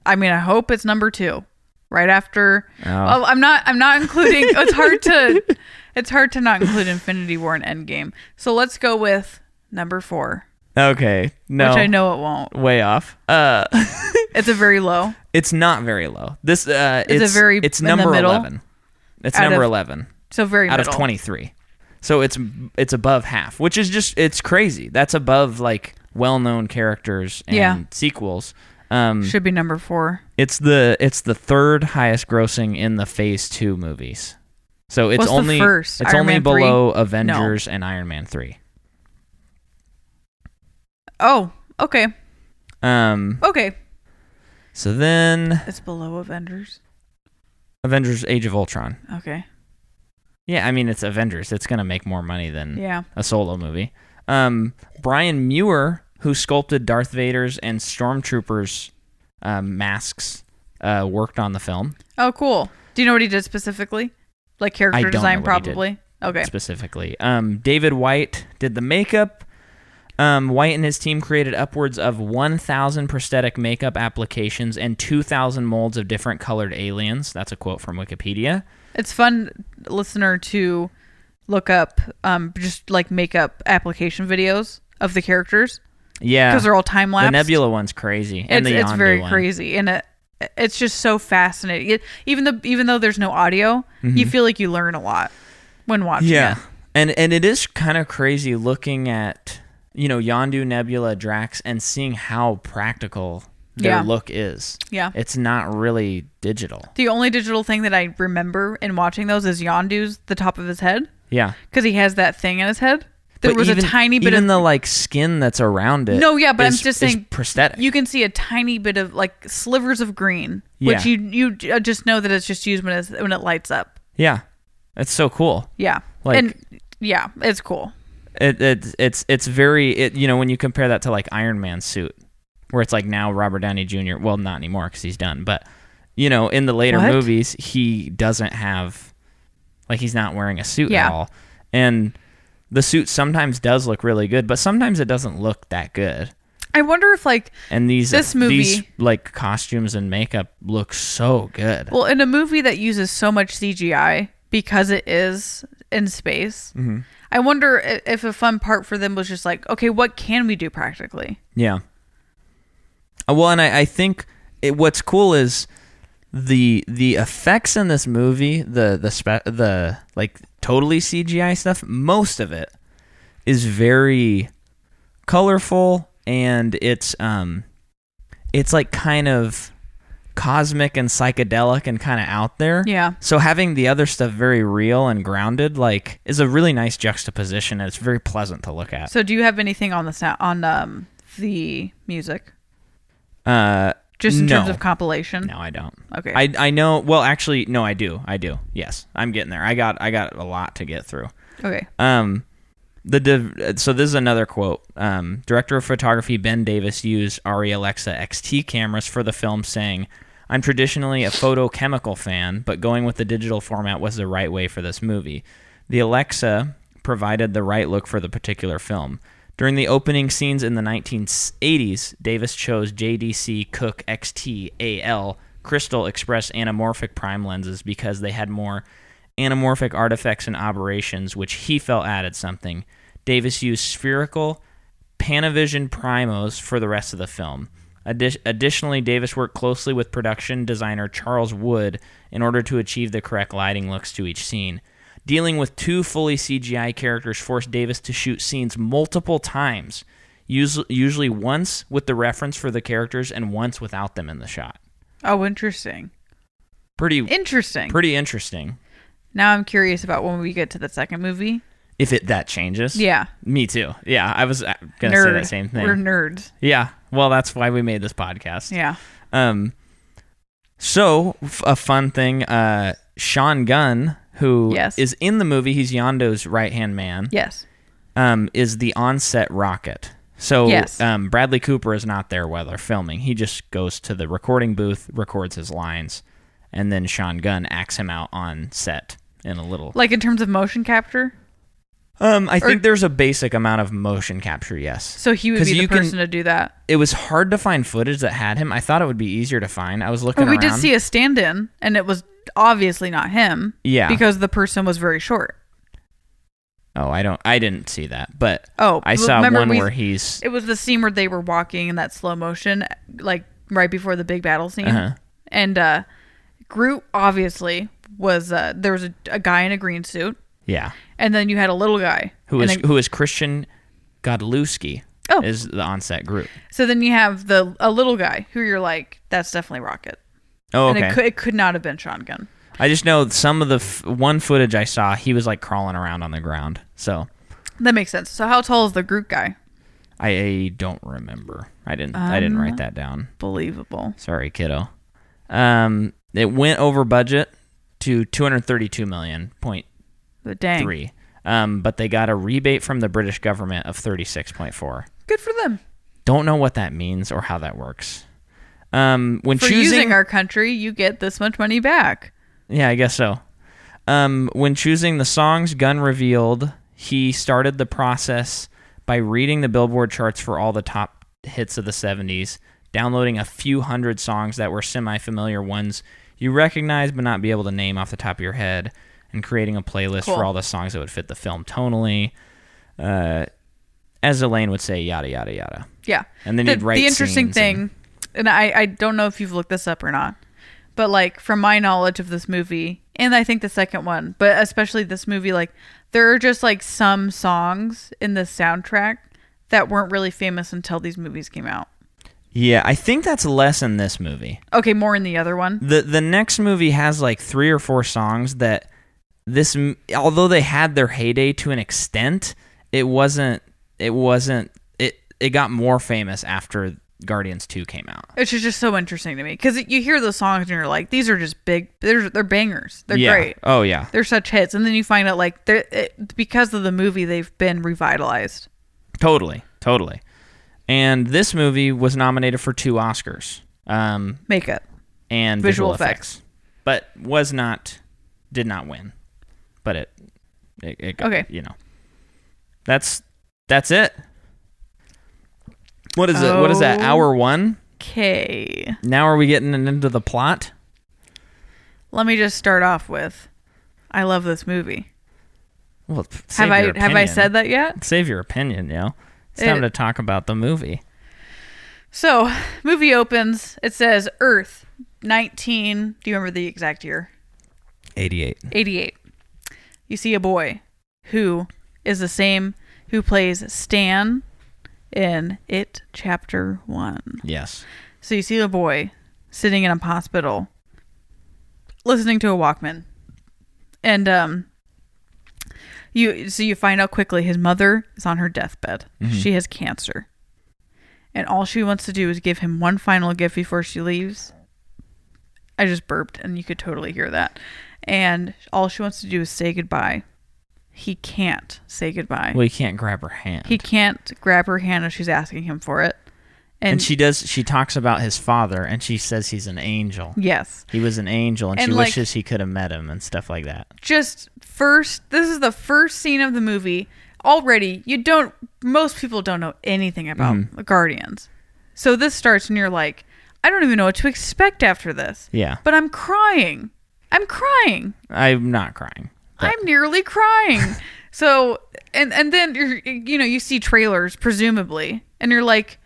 I mean, I hope it's number two, right after. Oh. Oh, I'm not. I'm not including. it's hard to. It's hard to not include Infinity War and Endgame. So let's go with number four, Okay, no, Oh. which I know it won't. way off. Uh, It's a very low. it's not very low. This uh, It's a very- it's in the number middle? 11. It's Out number of- 11 So very out middle. of 23. So it's it's above half, which is just it's crazy. That's above like well-known characters and Yeah. sequels. Um, should be number four. It's the it's the third highest grossing in the Phase Two movies. So it's What's the only first? it's Iron only Man three? below Avengers and Iron Man three. Oh, okay, Um. okay. So then It's below Avengers. Avengers: Age of Ultron. Okay. Yeah, I mean it's Avengers. It's gonna make more money than Yeah. a solo movie. Um. Brian Muir, who sculpted Darth Vader's and Stormtroopers um, masks, uh, worked on the film Oh, cool. Do you know what he did specifically? Like character I don't design, know what he did. probably. Okay. specifically. Um. David White did the makeup. Um, White and his team created upwards of 1,000 prosthetic makeup applications and 2,000 molds of different colored aliens. That's a quote from Wikipedia. It's fun, listener, to look up um, just like makeup application videos of the characters Yeah, because they're all time the lapse. Nebula one's crazy, and It's, the it's Yondu very one. crazy, and it it's just so fascinating. It, even though even though there's no audio, you feel like you learn a lot when watching. Mm-hmm. Yeah, it. and and it is kind of crazy looking at you know Yondu, Nebula, Drax, and seeing how practical their Yeah. look is. Yeah. It's not really digital. The only digital thing that I remember in watching those is Yondu's the top of his head Yeah. because he has that thing in his head. There But was even- a tiny bit even of the like skin that's around it. No, yeah, but I'm is- just is saying- prosthetic. you can see a tiny bit of like slivers of green, which Yeah. you you j- uh, just know that it's just used when it's, when it lights up. yeah, it's so cool. Yeah, Like- and yeah, it's cool. It, it it's it's very it you know when you compare that to like Iron Man suit, where it's like now Robert Downey Jr. Well, not anymore because he's done, but you know in the later What? movies he doesn't have, like he's not wearing a suit Yeah. at all, and the suit sometimes does look really good, but sometimes it doesn't look that good. I wonder if like And these This movie- these like costumes and makeup look so good. well in a movie that uses so much CGI because it is in space. Mm-hmm. I wonder i- if a fun part for them was just like, okay, what can we do practically? Yeah. Uh, Well, and I, I think it, what's cool is the the effects in this movie, the the spe- the like totally CGI stuff. Most of it is very colorful, and it's um, it's like kind of cosmic and psychedelic and kind of out there. Yeah. So having the other stuff very real and grounded, like, is a really nice juxtaposition. And it's very pleasant to look at. So do you have anything on the sound on um the music? Uh, Just in no. terms of compilation? No, I don't. Okay. I I know. Well, actually, no, I do. I do. Yes, I'm getting there. I got I got a lot to get through. Okay. Um, the div- so this is another quote. Um, director of photography Ben Davis used Arri Alexa XT cameras for the film, saying, "I'm traditionally a photochemical fan, but going with the digital format was the right way for this movie. The Alexa provided the right look for the particular film." During the opening scenes in the 1980s, Davis chose JDC Cook XT AL Crystal Express anamorphic prime lenses because they had more anamorphic artifacts and aberrations, which he felt added something. Davis used spherical Panavision primos for the rest of the film. Addi- additionally, Davis worked closely with production designer Charles Wood in order to achieve the correct lighting looks to each scene. Dealing with two fully CGI characters forced Davis to shoot scenes multiple times, us- usually once with the reference for the characters and once without them in the shot. Oh, interesting. Pretty, Interesting. pretty interesting. now I'm curious about when we get to the second movie. If it that changes, Yeah. Me too. Yeah, I was uh, gonna say Nerd. that same thing. We're nerds. yeah. Well, that's why we made this podcast. Yeah. Um. So f- a fun thing. Uh, Sean Gunn, who is Yes. in the movie, he's Yondo's right hand man. Yes. Um, is the onset rocket. So Yes. um, Bradley Cooper is not there while they're filming. He just goes to the recording booth, records his lines, and then Sean Gunn acts him out on set in a little. Like in terms of motion capture, Um, I Er think there's a basic amount of motion capture. Yes. so he would 'Cause be the you can- person to do that. it was hard to find footage that had him. I thought it would be easier to find. I was looking. But Oh, we did around. see a stand-in, and it was obviously not him. Yeah. Because the person was very short. Oh, I don't. I didn't see that, but Oh, I but saw remember one we- where he's. It was the scene where they were walking in that slow motion, like right before the big battle scene, Uh-huh. and uh, Groot obviously was uh, there was a, a guy in a green suit, Yeah, and then you had a little guy who and is a- who is Christian Godlewski? Oh. is the onset group. So then you have the a little guy who you're like, that's definitely Rocket. Oh, And okay. it could, it could not have been Sean Gunn. I just know some of the f- one footage I saw. He was like crawling around on the ground. So That makes sense. So how tall is the Groot guy? I, I don't remember. I didn't. I Um, didn't write that down. Believable. Sorry, kiddo. Um, it went over budget to two hundred thirty-two million point But dang. three. Um, but they got a rebate from the British government of thirty six point four. Good for them. Don't know what that means or how that works. Um, when For choosing, using our country, you get this much money back. yeah, I guess so. Um, when choosing the songs, Gunn revealed he started the process by reading the Billboard charts for all the top hits of the '70s, downloading a few hundred songs that were semi-familiar ones you recognize but not be able to name off the top of your head, and creating a playlist Cool. for all the songs that would fit the film tonally. Uh, as Elaine would say, yada yada yada. Yeah. And then the, you'd write the interesting scenes thing, and- and, I, I don't know if you've looked this up or not, but like from my knowledge of this movie, and I think the second one, but especially this movie, like there are just like some songs in the soundtrack that weren't really famous until these movies came out. Yeah, I think that's less in this movie. Okay, more in the other one. the The next movie has like three or four songs that this, m- although they had their heyday to an extent, it wasn't. It wasn't. It it got more famous after Guardians Two came out. It's just, just so interesting to me because you hear those songs and you're like, these are just big. They're they're bangers. They're yeah. great. Oh yeah. They're such hits, and then you find out like they're it, because of the movie they've been revitalized. Totally. Totally. And this movie was nominated for two Oscars. Um, Makeup. and Visual visual, effects. but was not did not win. But it it, it got, Okay. you know. That's that's it. What is it? What is that? Oh. Hour 1? Okay, Now are we getting into the plot? let me just start off with, I love this movie. Well, p- save have I your have I opinion. said that yet? Save your opinion, yo. It's time It- to talk about the movie. So, movie opens. It says Earth, 19. Do you remember the exact year? 88. 88. You see a boy who is the same who plays Stan in It Chapter 1. Yes. So, you see a boy sitting in a hospital listening to a Walkman. And, um, you so you find out quickly his mother is on her deathbed. She has cancer. And all she wants to do is give him one final gift before she leaves. I just burped and you could totally hear that. And all she wants to do is say goodbye. He can't say goodbye. Well, you can't grab her hand. He can't grab her hand as she's asking him for it. And, and she does she talks about his father and she says he's an angel. yes. He was an angel and, And, she like- wishes he could have met him and stuff like that. just first this is the first scene of the movie already you don't most people don't know anything about Mm-hmm. the guardians so this starts and you're like i don't even know what to expect after this Yeah. but i'm crying i'm crying I'm not crying. i'm nearly crying so and and then you're you know you see trailers presumably and you're like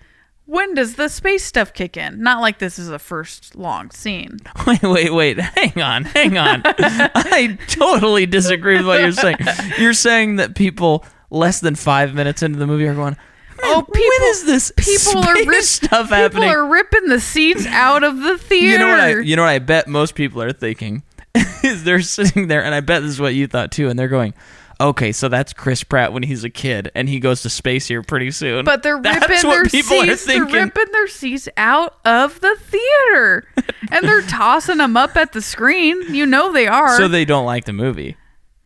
when does the space stuff kick in not like this is a first long scene Wait, wait, wait. Hang on, hang on. I totally disagree with what you're saying. You're saying that people less than five minutes into the movie are going, Oh, oh, people- when is this people are space rip- stuff people happening? are ripping the seats out of the theater you know what? I, you know what? I bet most people are thinking is they're sitting there, and I bet this is what you thought too, and they're going. Okay, so that's Chris Pratt when he's a kid, and he goes to space here pretty soon. But they're That's ripping what their people seats. are They're thinking. ripping their seats out of the theater, and they're tossing them up at the screen. You know they are. so they don't like the movie.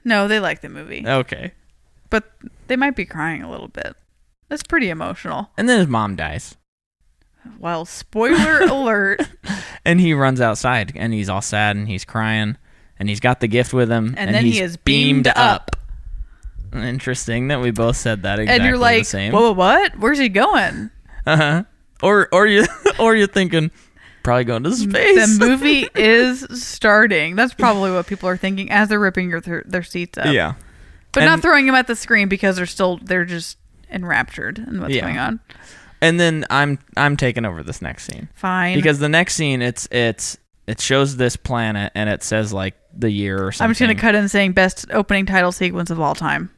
no, they like the movie, Okay, but they might be crying a little bit. That's pretty emotional. and then his mom dies. Well, spoiler alert. And he runs outside and he's all sad and he's crying and he's got the gift with him. And, then he's he is beamed, up, Interesting that we both said that exactly and you're the like, same. "Whoa, what? Where's he going?" Uh-huh. Or or you or you're thinking probably going to space. The movie is starting. That's probably what people are thinking as they're ripping your th- their seats up. yeah. but not and- throwing them at the screen because they're still they're just enraptured in what's Yeah. going on. And then I'm I'm taking over this next scene. Fine. Because the next scene it's it's it shows this planet and it says like the year or something. I'm just gonna cut in saying best opening title sequence of all time.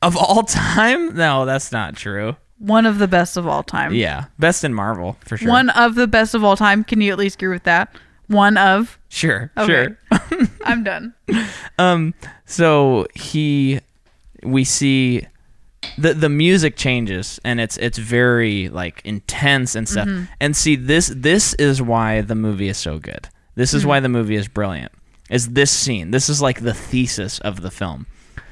of all time? No, that's not true. One of the best of all time. Yeah. Best in Marvel for sure. One of the best of all time. Can you at least agree with that? One of. sure. Okay. Sure. I'm done. Um. So he, we see, the the music changes and it's it's very like intense and stuff. And see this this is why the movie is so good. This is why the movie is brilliant. Is this scene? This is like the thesis of the film.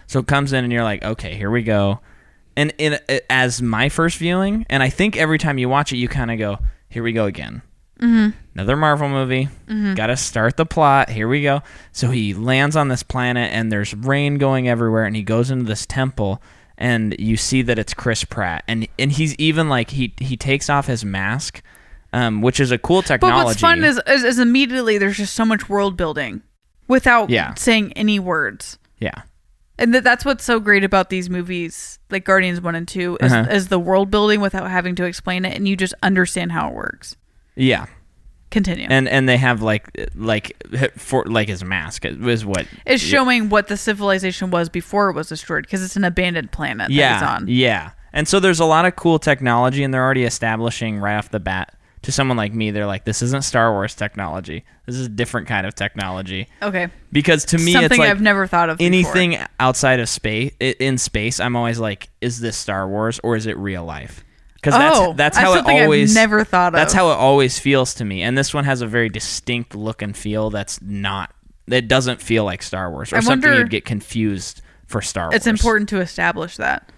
So it comes in and you're like, okay, here we go. And in it, as my first viewing, and I think every time you watch it, you kind of go, here we go again Mm-hmm. another Marvel movie. Got to start the plot. Here we go. So he lands on this planet, and there's rain going everywhere, and he goes into this temple, and you see that it's Chris Pratt, and and he's even like he he takes off his mask, um, which is a cool But technology. what's fun is, is is immediately there's just so much world building without Yeah. saying any words. yeah, And th- that's what's so great about these movies, like Guardians One and Two, is, Uh-huh. is the world building without having to explain it, and you just understand how it works. yeah. Continue. And and they have like like for like his mask is what it's showing what the civilization was before it was destroyed because it's an abandoned planet that yeah it's on. yeah. And so there's a lot of cool technology, and they're already establishing right off the bat. To someone like me, they're like, "This isn't Star Wars technology. This is a different kind of technology." Okay. Because to me, it's Something like I've never thought of. before. anything outside of space in space i'm always like is this star wars or is it real life because Oh, that's, that's that's how it something I've always never thought of. that's how it always feels to me and this one has a very distinct look and feel that's not that doesn't feel like star wars or I something wonder- you'd get confused for star wars It's important to establish that.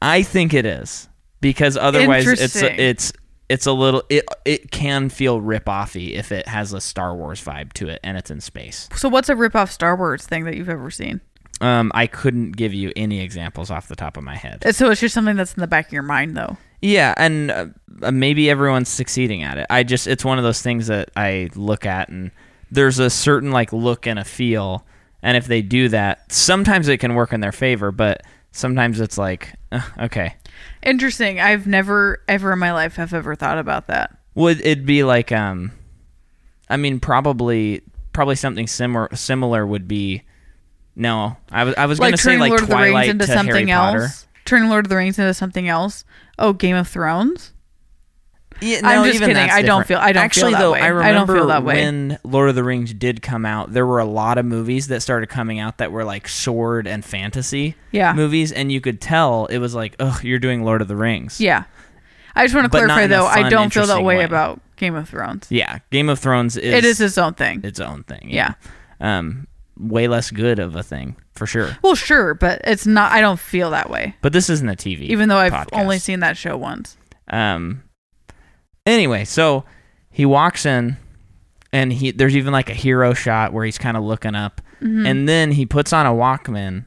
i think it is because otherwise it's Interesting. a, it's it's a little it it can feel rip-offy if it has a star wars vibe to it and it's in space So, what's a rip-off Star Wars thing that you've ever seen? um i couldn't give you any examples off the top of my head Uh, So it's just something that's in the back of your mind, though. Yeah, and uh, uh, maybe everyone's succeeding at it. I just it's one of those things that I look at and there's a certain like look and a feel, and if they do that, sometimes it can work in their favor, but sometimes it's like uh, okay. Interesting. I've never, ever in my life, have ever thought about that. Would it be like um I mean probably probably something similar similar would be no, I was I was going Like to say turning like Lord of the Twilight Rings into to Harry something Potter. else. Turning Lord of the Rings into something else. Oh, Game of Thrones. Yeah, I'm just kidding. that's I don't different. feel- I don't feel Actually, that though, way. I I don't remember feel that way. when Lord of the Rings did come out, there were a lot of movies that started coming out that were like sword and fantasy Yeah. movies, and you could tell it was like, ugh, you're doing Lord of the Rings. Yeah. I just want to But not clarify, in a though. I fun, don't feel that interesting way, way. about Game of Thrones. Yeah, Game of Thrones is it is its own thing. its own thing. Yeah. um, way less good of a thing for sure. well, sure, but it's not. I don't feel that way, But this isn't a TV, even though I've podcast. only seen that show once. Um. Anyway, so he walks in, and he there's even like a hero shot where he's kind of looking up, Mm-hmm. and then he puts on a Walkman,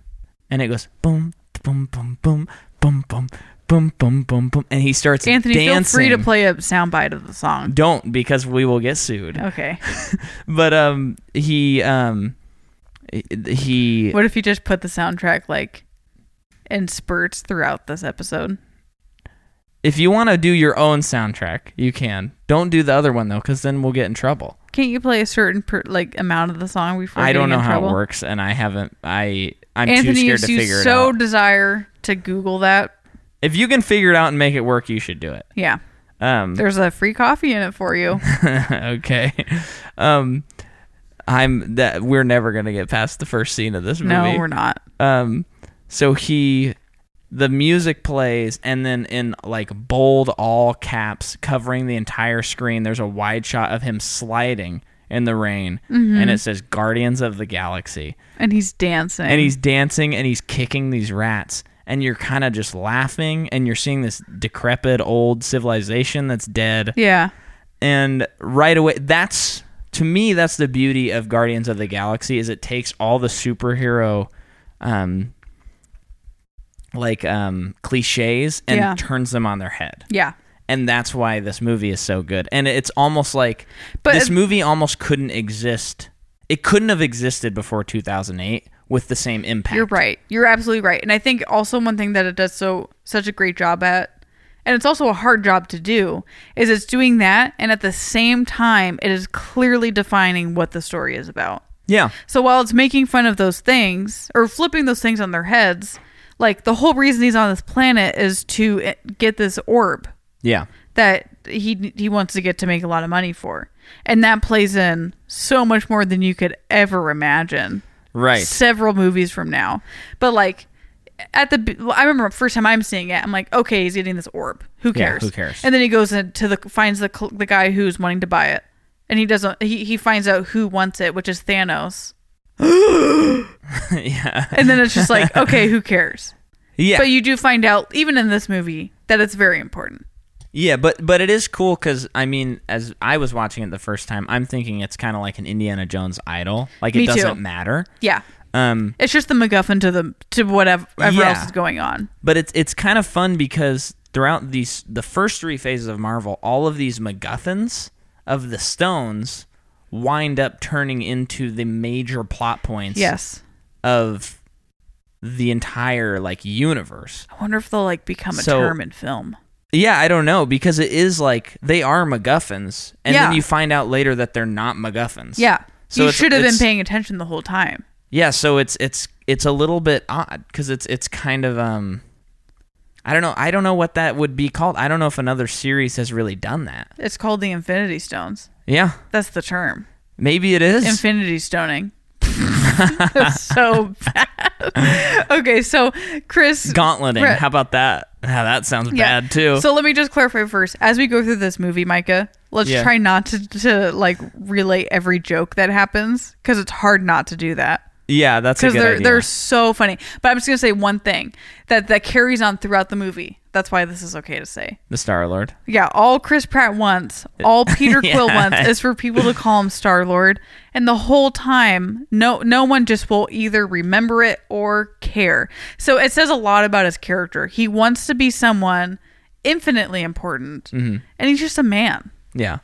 and it goes boom, boom, boom, boom, boom, boom, boom, boom, boom, boom, and he starts Anthony, dancing. feel free to play a soundbite of the song. Don't because we will get sued. Okay. But um, he um, he What if you just put the soundtrack like in spurts throughout this episode? if you want to do your own soundtrack, you can. Don't do the other one though, because then we'll get in trouble. Can't you play a certain per, like amount of the song before? I don't getting know in how trouble? it works, and I haven't. I I'm Anthony, too you scared to figure so it out. desire to Google that. If you can figure it out and make it work, you should do it. Yeah, Um, there's a free coffee in it for you. okay. Um, I'm that we're never gonna get past the first scene of this movie. no, we're not. Um, so he, the music plays, and then in like bold all caps, covering the entire screen, there's a wide shot of him sliding in the rain, Mm-hmm. and it says "Guardians of the Galaxy." And he's dancing. and he's dancing and he's kicking these rats and you're kind of just laughing and you're seeing this decrepit old civilization that's dead yeah. and right away that's to me that's the beauty of guardians of the galaxy is it takes all the superhero um like um cliches and Yeah. turns them on their head Yeah. and that's why this movie is so good. And it's almost like But this it- movie almost couldn't exist. It couldn't have existed before 2008 with the same impact. You're right. You're absolutely right. And I think also one thing that it does so such a great job at, and it's also a hard job to do, is it's doing that and at the same time it is clearly defining what the story is about. Yeah. So while it's making fun of those things or flipping those things on their heads, like the whole reason he's on this planet is to eh, get this orb Yeah. that he he wants to get to make a lot of money for. And that plays in so much more than you could ever imagine Right. several movies from now. But like at the be- I remember first time I'm seeing it, I'm like, okay, he's getting this orb. Who Yeah, cares? who cares? And then he goes into the finds the cl- the guy who's wanting to buy it, and he doesn't. He he finds out who wants it, which is Thanos. yeah. And then it's just like, okay, who cares? Yeah. But you do find out, even in this movie, that it's very important. yeah, but but it is cool cuz I mean as I was watching it the first time, I'm thinking it's kind of like an Indiana Jones idol. Like it Me too. doesn't matter. Yeah, Um it's just the MacGuffin to the to whatever whatever Yeah. else is going on. but it's it's kind of fun because throughout these the first three phases of Marvel, all of these MacGuffins of the stones wind up turning into the major plot points Yes, of the entire like universe. I wonder if they'll like become a So- term in film. Yeah, I don't know because it is like they are MacGuffins, and Yeah. then you find out later that they're not MacGuffins. Yeah, So you it's- should have been it's- paying attention the whole time. yeah. So it's it's it's a little bit odd because it's it's kind of um I don't know. I don't know what that would be called. I don't know if another series has really done that. It's called the Infinity Stones. Yeah, That's the term. maybe it is. Infinity stoning. That's so bad. okay, so Chris Gauntleting. Right. How about that? Ah, that sounds Yeah. bad too. So let me just clarify first. As we go through this movie, Micah, let's Yeah. try not to, to like relate every joke that happens because it's hard not to do that yeah, that's a because good they're idea. they're so funny. But I'm just gonna say one thing that that carries on throughout the movie. That's why this is okay to say. the Star Lord. Yeah, all Chris Pratt wants, all Peter Quill wants is for people to call him Star Lord, and the whole time, no, no one just will either remember it or care. So it says a lot about his character. He wants to be someone infinitely important, and he's just a man. Yeah.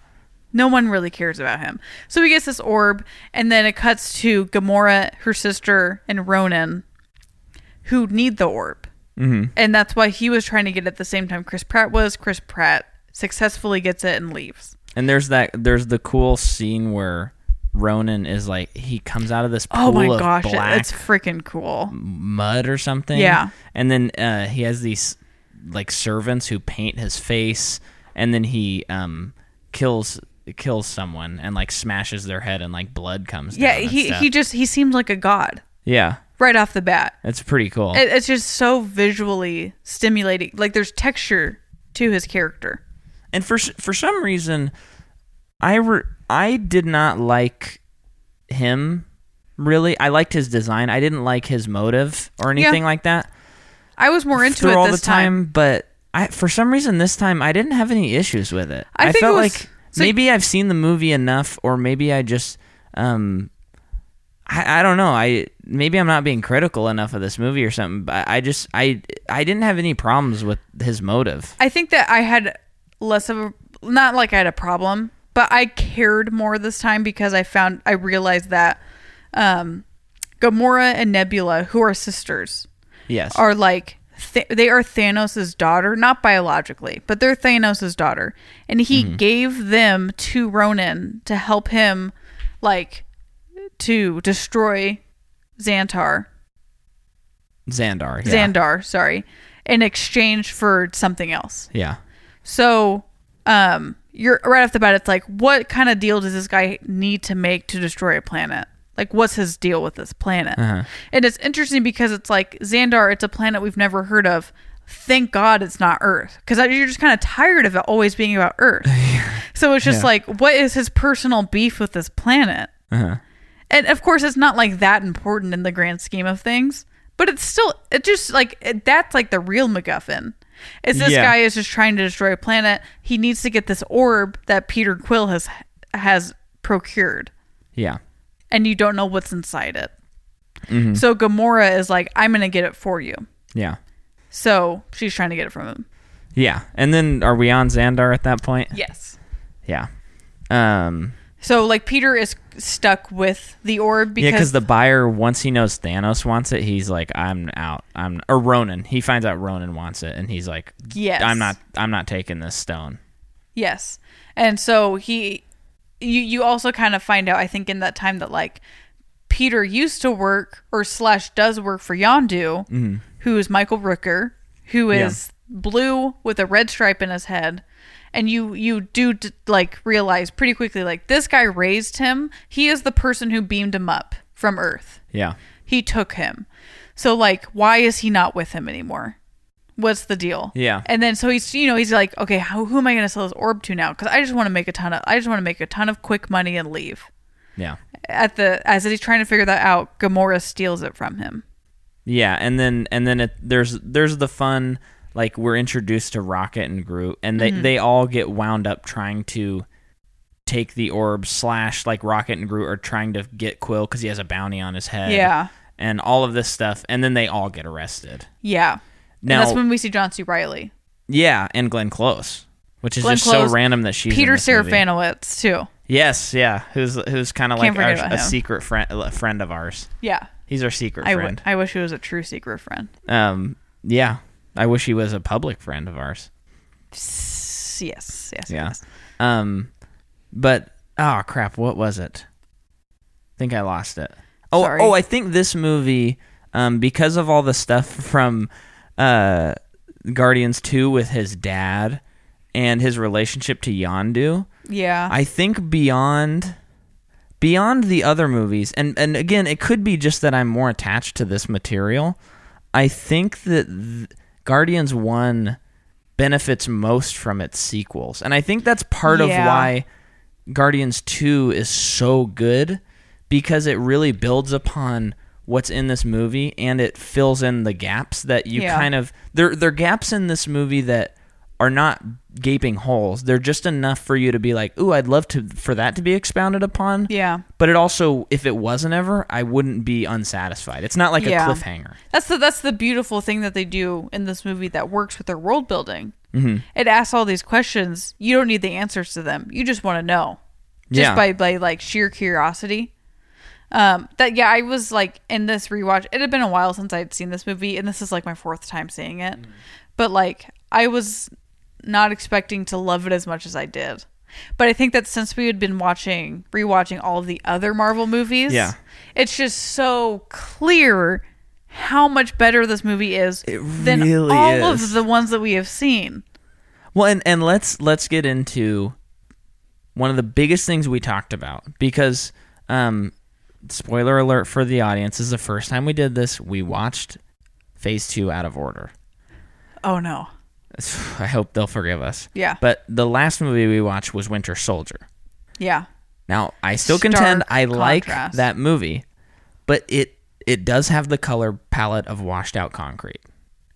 No one really cares about him. So he gets this orb, and then it cuts to Gamora, her sister, and Ronan, who need the orb. Mm-hmm. And that's why he was trying to get it at the same time Chris Pratt was. Chris Pratt successfully gets it and leaves. And there's that there's the cool scene where Ronan is like he comes out of this pool Oh my of gosh, it- black it's freaking cool. mud or something. Yeah. And then uh, he has these like servants who paint his face and then he um kills kills someone and like smashes their head and like blood comes Yeah, down and he stuff. he just he seems like a god Yeah. right off the bat. That's pretty cool. It, it's just so visually stimulating. Like there's texture to his character. and for s- for some reason I re- I did not like him really. I liked his design. I didn't like his motive or Yeah. anything like that. I was more into through it all this the time, but I for some reason this time I didn't have any issues with it. I I, think it felt was- like so- maybe I've seen the movie enough, or maybe I just um. I, I don't know. I maybe I'm not being critical enough of this movie or something. But I just I I didn't have any problems with his motive. I think that I had less of a not like I had a problem, but I cared more this time because I found I realized that um Gamora and Nebula, who are sisters, Yes. are like th- they are Thanos' daughter, not biologically, but they're Thanos' daughter, and he gave them to Ronan to help him, like, to destroy Xantar, Xandar. Yeah. Xandar, sorry, in exchange for something else. Yeah. So, um, you're right off the bat. It's like, what kind of deal does this guy need to make to destroy a planet? Like, what's his deal with this planet? Uh-huh. And it's interesting because it's like Xandar. It's a planet we've never heard of. Thank God it's not Earth, because you're just kind of tired of it always being about Earth. so it's just Yeah. like, what is his personal beef with this planet? Uh-huh. And of course, it's not like that important in the grand scheme of things, but it's still, it just like, it, that's like the real MacGuffin. Is this Yeah. guy is just trying to destroy a planet. He needs to get this orb that Peter Quill has, has procured, Yeah. and you don't know what's inside it. Mm-hmm. So Gamora is like, I'm going to get it for you. Yeah. So she's trying to get it from him. Yeah. And then are we on Xandar at that point? Yes. Yeah. Um. So like Peter is stuck with the orb Yeah, because because the buyer once he knows Thanos wants it, he's like, "I'm out. I'm." Or Ronan, he finds out Ronan wants it, and he's like, Yes. I'm not. I'm not taking this stone." Yes. And so he you you also kind of find out I think in that time that like Peter used to work or slash does work for Yondu, who is Michael Rooker, who Yeah. is blue with a red stripe in his head. And you you do d- like realize pretty quickly like this guy raised him. He is the person who beamed him up from Earth. Yeah, He took him. So like why is he not with him anymore? What's the deal? Yeah. And then so he's you know he's like okay how, who am I going to sell this orb to now cuz I just want to make a ton of I just want to make a ton of quick money and leave. yeah, At the as he's trying to figure that out, Gamora steals it from him. yeah. And then and then it, there's there's the fun. Like we're introduced to Rocket and Groot, and Mm-hmm. they they all get wound up trying to take the orb. Slash, like Rocket and Groot are trying to get Quill because he has a bounty on his head. Yeah. and all of this stuff, and then they all get arrested. Yeah. Now, and that's when we see John C. Riley. Yeah, and Glenn Close, which is Glenn just Close, so random that she's in Peter this movie. Serafinowicz too. Yes, yeah, who's who's kind of Can't like our, forget about him. a secret friend, a friend of ours. Yeah. He's our secret I, w- friend. I wish he was a true secret friend. um, yeah, I wish he was a public friend of ours. S- Yes, yes, Yeah. yes. Um, but oh crap, what was it? I think I lost it. Oh, Sorry. oh, I think this movie, um, because of all the stuff from, uh, Guardians 2 with his dad and his relationship to Yondu. Yeah. I think beyond beyond the other movies and and again it could be just that I'm more attached to this material. I think that th- Guardians 1 benefits most from its sequels. And I think that's part Yeah. of why Guardians 2 is so good because it really builds upon what's in this movie and it fills in the gaps that you Yeah. kind of there there're gaps in this movie that are not gaping holes. They're just enough for you to be like, "Ooh, I'd love to for that to be expounded upon." yeah. But it also if it wasn't ever, I wouldn't be unsatisfied. It's not like Yeah. a cliffhanger. That's the that's the beautiful thing that they do in this movie that works with their world building. Mm-hmm. It asks all these questions. You don't need the answers to them. You just want to know, just Yeah. by by like sheer curiosity. Um, that yeah, I was like in this rewatch. It had been a while since I'd seen this movie, and this is like my fourth time seeing it. But like, I was not expecting to love it as much as I did. But I think that since we had been watching, rewatching all of the other Marvel movies, Yeah. it's just so clear how much better this movie is than really all is. of the ones that we have seen. Well, and and let's let's get into one of the biggest things we talked about because um spoiler alert for the audience this is the first time we did this we watched phase 2 out of order. Oh no. I hope they'll forgive us. Yeah. But the last movie we watched was Winter Soldier. Yeah. Now, I still Stark contend I like contrast. that movie, but it it does have the color palette of washed out concrete.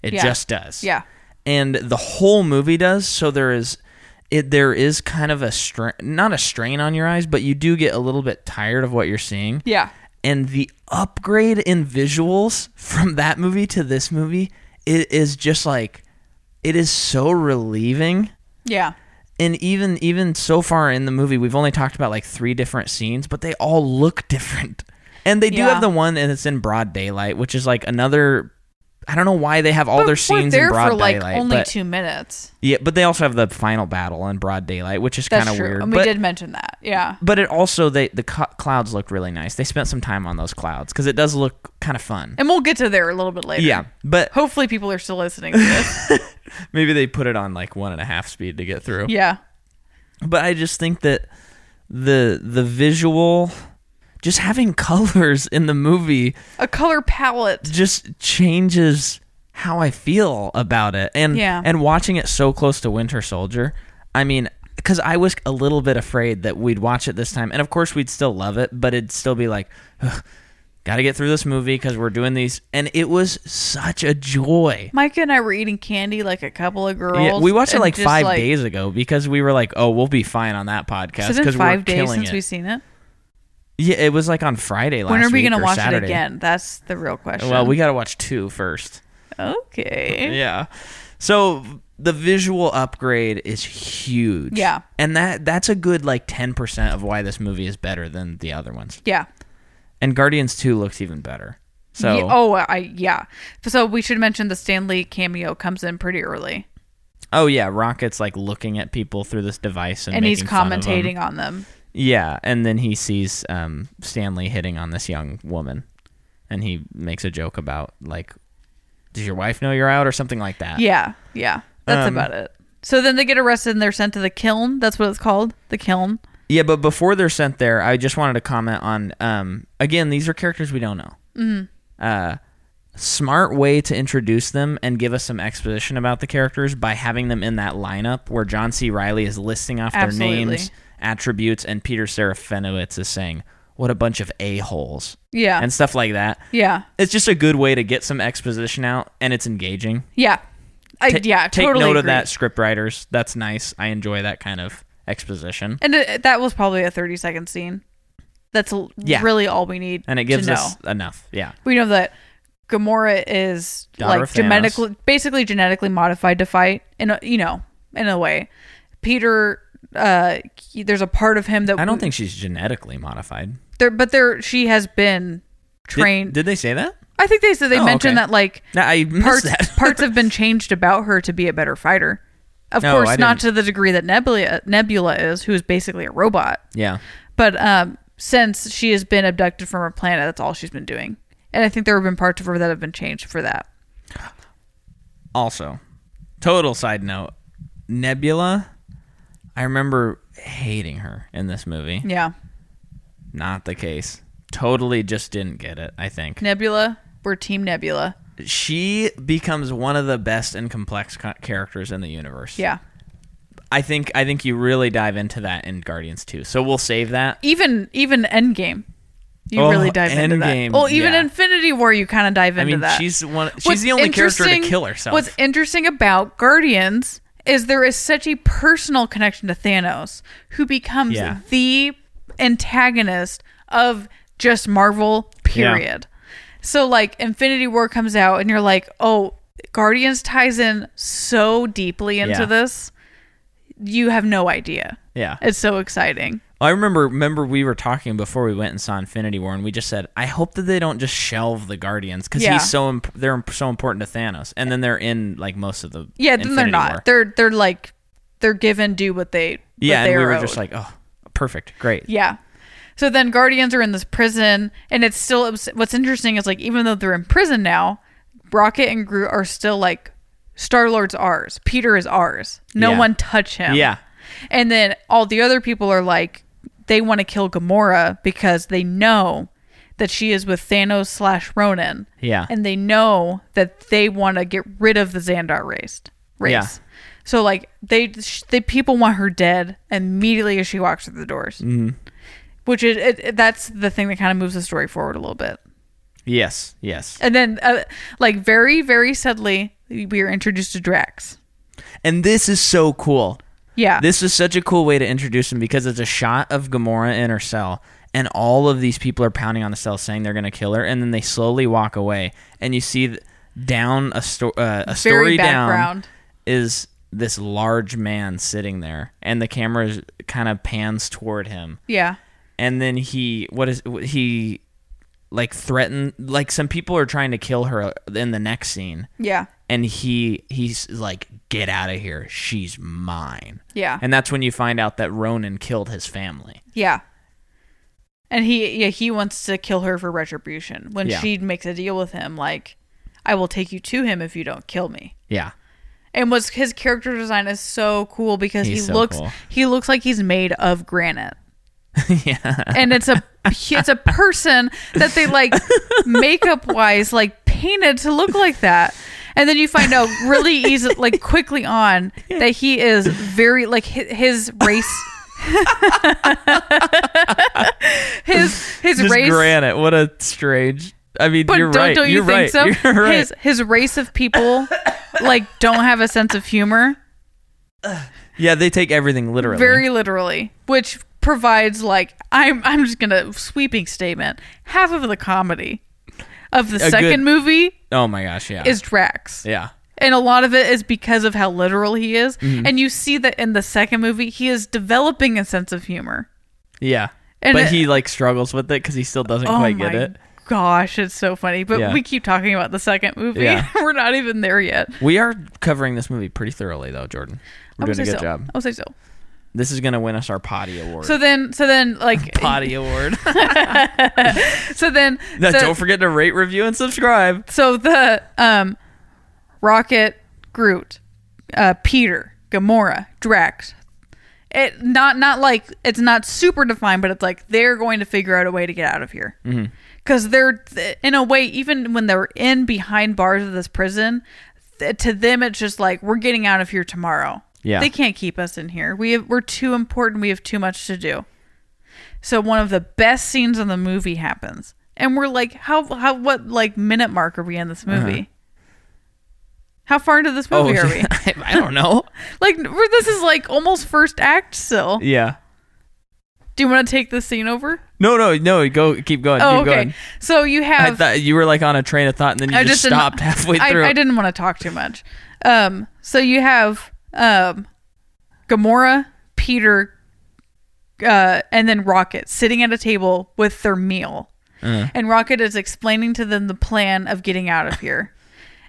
It Yeah. just does. Yeah. And the whole movie does, so there is it there is kind of a strain not a strain on your eyes, but you do get a little bit tired of what you're seeing. Yeah. And the upgrade in visuals from that movie to this movie it is just like it is so relieving Yeah. and even even so far in the movie we've only talked about like three different scenes but they all look different and they do Yeah. have the one and it's in broad daylight which is like another i don't know why they have all But their scenes in broad for like daylight only but, two minutes. yeah but they also have the final battle in broad daylight which is That's kind of true. weird and we but, did mention that. Yeah. but it also they the co- clouds looked really nice they spent some time on those clouds because it does look kind of fun And we'll get to there a little bit later. yeah but Hopefully people are still listening to this. maybe they put it on like one and a half speed to get through yeah. but I just think that the the visual just having colors in the movie A color palette. just changes how I feel about it and Yeah. and watching it so close to Winter Soldier I mean cuz I was a little bit afraid that we'd watch it this time and of course we'd still love it but it'd still be like got to get through this movie cuz we're doing these and it was such a joy Micah and I were eating candy like a couple of girls. yeah, we watched it and like just, 5 days ago because we were like oh we'll be fine on that podcast Has it been cuz we're five days killing since it. we've seen it? Yeah, it was like on Friday last When are we week going to or watch Saturday. it again? That's the real question. Well, we got to watch two first. Okay. Yeah. So the visual upgrade is huge. Yeah. And that that's a good like 10% of why this movie is better than the other ones. Yeah. And Guardians 2 looks even better. So Ye- oh, I yeah. So we should mention the Stanley cameo comes in pretty early, oh yeah, Rocket's like looking at people through this device and, and he's making fun of 'em. commentating on them. Yeah, and then he sees um, Stanley hitting on this young woman, and he makes a joke about like, "Does your wife know you're out?" or something like that. Yeah, yeah. That's Um, about it. So then they get arrested and they're sent to the kiln. That's what it's called, the kiln. Yeah, but before they're sent there, I just wanted to comment on um, again, these are characters we don't know. Mm-hmm. Uh, smart way to introduce them and give us some exposition about the characters by having them in that lineup where John C. Riley is listing off Absolutely. their names, attributes, and Peter Serafinowicz is saying, What a bunch of a-holes. Yeah, And stuff like that. yeah, It's just a good way to get some exposition out, and it's engaging. yeah. I, Ta- Uh, yeah, take totally note of agree. that, script writers. That's nice. I enjoy that kind of exposition. And it, that was probably a thirty-second scene. That's l- Yeah. really all we need. And it gives to know. us enough. Yeah. we know that Gamora is Daughter like of Thanos. genetically, basically genetically modified to fight in a you know in a way. Peter, uh, he- there's a part of him that I don't think she's genetically modified. there, but there she has been Did- trained. Did, they say that? I think they said they Oh, mentioned okay. that like No, I missed parts that. parts have been changed about her to be a better fighter. Of No, I course, not didn't- to the degree that Nebula Nebula is, who is basically a robot. yeah. But um, since she has been abducted from her planet, that's all she's been doing. And I think there have been parts of her that have been changed for that. Also, Total side note. Nebula, I remember hating her in this movie. Yeah. Not the case. Totally just didn't get it, I think. Nebula, we're Team Nebula. She becomes one of the best and complex co- characters in the universe. Yeah. I think I think you really dive into that in Guardians 2. So we'll save that. Even even Endgame. You Oh, really dive into that. Endgame, Well, even yeah. Infinity War, you kind of dive into I mean, that. she's one she's What's the only character to interesting- kill herself. What's interesting about Guardians is there is such a personal connection to Thanos, who becomes Yeah. the antagonist of just Marvel, period. So, like, Infinity War comes out, and you're like, oh, Guardians ties in so deeply into Yeah. this. You have no idea. yeah. It's so exciting. I remember remember we were talking before we went and saw Infinity War, and we just said, "I hope that they don't just shelve the Guardians because Yeah. he's so imp- they're imp- so important to Thanos." And then they're in like most of the Yeah, then they're Infinity not. War. They're they're like they're given do what they what yeah, they and we are were owed. just like, "Oh, perfect, great." Yeah. So then Guardians are in this prison, and it's still what's interesting is like even though they're in prison now, Rocket and Groot are still like Star Lord's ours. Peter is ours. No Yeah. one touch him. Yeah. And then all the other people are like they want to kill Gamora because they know that she is with Thanos slash Ronan. Yeah. And they know that they want to get rid of the Xandar race. Race. Yeah. So like they sh- the people want her dead immediately as she walks through the doors. Mm-hmm. Which is it, it- that's the thing that kind of moves the story forward a little bit. Yes, yes. And then uh, like very very suddenly we are introduced to Drax. And this is so cool. Yeah. This is such a cool way to introduce him because it's a shot of Gamora in her cell, and all of these people are pounding on the cell saying they're going to kill her, and then they slowly walk away, and you see th- down a, sto- uh, a story down background. is this large man sitting there, and the camera kind of pans toward him, yeah. and then he what is he like threatened like some people are trying to kill her in the next scene Yeah. and he he's like get out of here she's mine Yeah. and that's when you find out that ronan killed his family Yeah. And he yeah, he wants to kill her for retribution. When Yeah. she makes a deal with him like I will take you to him if you don't kill me. yeah And what's his character design is so cool because He's he so looks cool. he looks like he's made of granite. yeah And it's a it's a person that they like makeup wise like painted to look like that. And then you find out really easy like quickly on that he is very like hi- his race his his just race granite what a strange i mean but you're don't, right don't you you're think right so? you're right His his race of people like don't have a sense of humor. yeah they take everything literally very literally, which provides like I'm I'm just gonna sweeping statement. Half of the comedy of the good- second movie oh my gosh yeah is Drax, yeah and a lot of it is because of how literal he is. Mm-hmm. And you see that in the second movie, he is developing a sense of humor. yeah And but it- he like struggles with it because he still doesn't Oh quite my get it gosh, it's so funny. But Yeah. we keep talking about the second movie. Yeah. We're not even there yet. we are covering this movie pretty thoroughly though jordan I we're would doing a say good so. job I would say so. this is gonna win us our potty award So then, so then, like, potty award so then, Now, so- don't forget to rate, review, and subscribe. so the um rocket groot uh peter gamora drax it not not like it's not super defined but it's like they're going to figure out a way to get out of here because they're th- in a way even when they're in behind bars of this prison th- to them it's just like we're getting out of here tomorrow Yeah. they can't keep us in here we have, we're too important we have too much to do so one of the best scenes in the movie happens, and we're like, how how what like minute mark are we in this movie? Uh-huh. How far into this movie are we? Oh, I, I don't know. Like we're, this is like almost first act still. yeah. Do you want to take this scene over? No, no, no. Go, keep going. Oh, keep okay. Uh, going. So you I have thought you were like on a train of thought, and then you just, didn't- stopped halfway I- through. I, didn't want to talk too much. Um, so you have um, Gamora, Peter, uh, and then Rocket sitting at a table with their meal, Uh-huh. and Rocket is explaining to them the plan of getting out of here.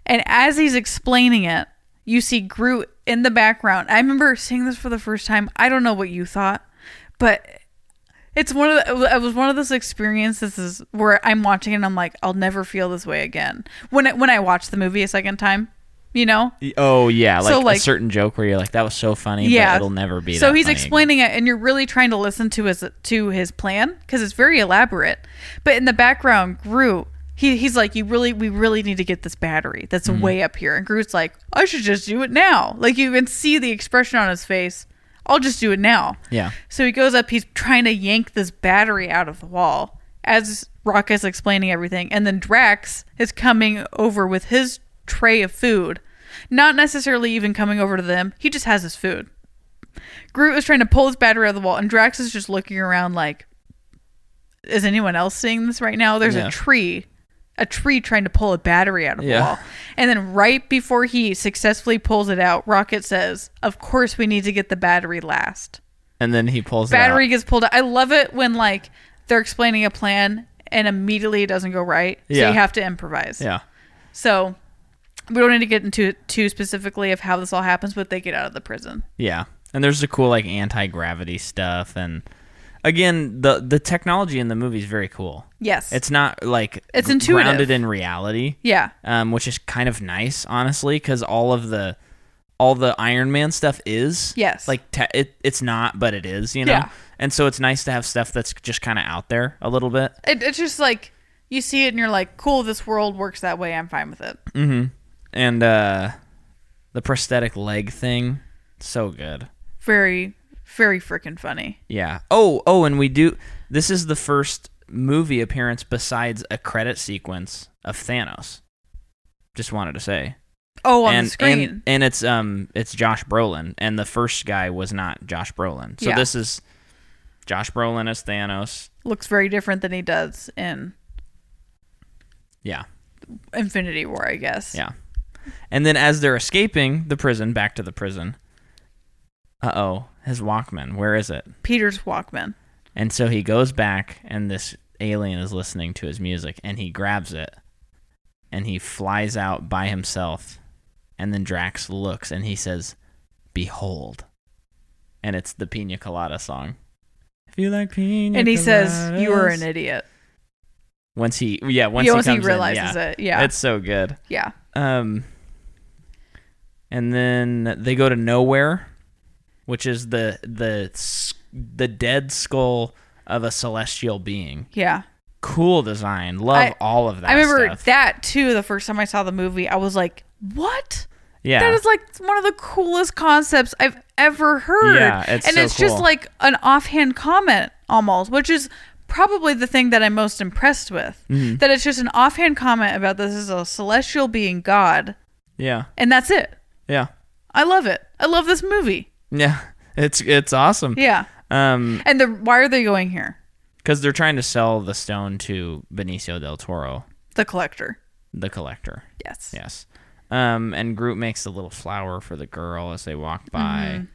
and as he's explaining it, you see Groot in the background. I remember seeing this for the first time. I don't know what you thought, but it's one of the, it was one of those experiences is where I'm watching it and I'm like I'll never feel this way again. When I, when I watched the movie a second time, you know? Oh yeah, like, So, like- a certain joke where you're like, "That was so funny, yeah. but it'll never be." So that he's funny again." explaining it, and you're really trying to listen to his to his plan because it's very elaborate. But in the background, Groot. He, he's like, you really, we really need to get this battery that's Mm-hmm. way up here. And Groot's like, I should just do it now. Like you can see the expression on his face. I'll just do it now. Yeah. So he goes up. He's trying to yank this battery out of the wall as Rocket's explaining everything, and then Drax is coming over with his tray of food. Not necessarily even coming over to them. He just has his food. Groot is trying to pull his battery out of the wall, and Drax is just looking around like, is anyone else seeing this right now? There's Yeah. a tree, a tree trying to pull a battery out of the Yeah. wall. And then right before he successfully pulls it out, Rocket says, Of course, we need to get the battery last. and then he pulls it out. Battery gets pulled out. I love it when, like, they're explaining a plan and immediately it doesn't go right. So Yeah. you have to improvise. Yeah, So we don't need to get into it too specifically of how this all happens, but they get out of the prison. yeah. And there's the cool like anti gravity stuff, and again, the the technology in the movie is very cool. Yes. It's not like It's gr- intuitive. grounded in reality. yeah. um, which is kind of nice, honestly, because all of the all the Iron Man stuff is Yes. like te- it, it's not, but it is, you know. Yeah. And so it's nice to have stuff that's just kind of out there a little bit. It, it's just like you see it and you're like, cool, this world works that way. I'm fine with it. Mm-hmm. And uh, the prosthetic leg thing, so good. Very, very freaking funny. Yeah. Oh, oh, and we do. This is the first movie appearance besides a credit sequence of Thanos. Just wanted to say. Oh, on and, the screen. And, and it's um it's Josh Brolin, and the first guy was not Josh Brolin. So Yeah. this is Josh Brolin as Thanos. Looks very different than he does in Yeah, Infinity War, I guess. yeah. And then as they're escaping the prison, back to the prison. Uh oh, his Walkman. Where is it? Peter's Walkman. And so he goes back, and this alien is listening to his music, and he grabs it, and he flies out by himself. And then Drax looks, and he says, "Behold," and it's the Pina Colada song. If you like pina, and he says, You are were an idiot. Once he, yeah, once Yeah, he, once he comes in, realizes yeah. it, yeah. it's so good. Yeah. Um, and then they go to nowhere, which is the the s- the dead skull of a celestial being Yeah. cool design. Love I- all of that. I remember stuff. that too. The first time I saw the movie, I was like, What? Yeah, That is like one of the coolest concepts I've ever heard. Yeah, it's and so it's just cool. like an offhand comment almost, which is probably the thing that I'm most impressed with. Mm-hmm. That it's just an offhand comment about this is a celestial being God, yeah, and that's it. yeah, I love it. I love this movie. yeah. It's it's awesome. Yeah. Um, And the why are they going here? because they're trying to sell the stone to Benicio del Toro, The collector. the collector. Yes. Yes. Um, and Groot makes a little flower for the girl as they walk Mm-hmm. by,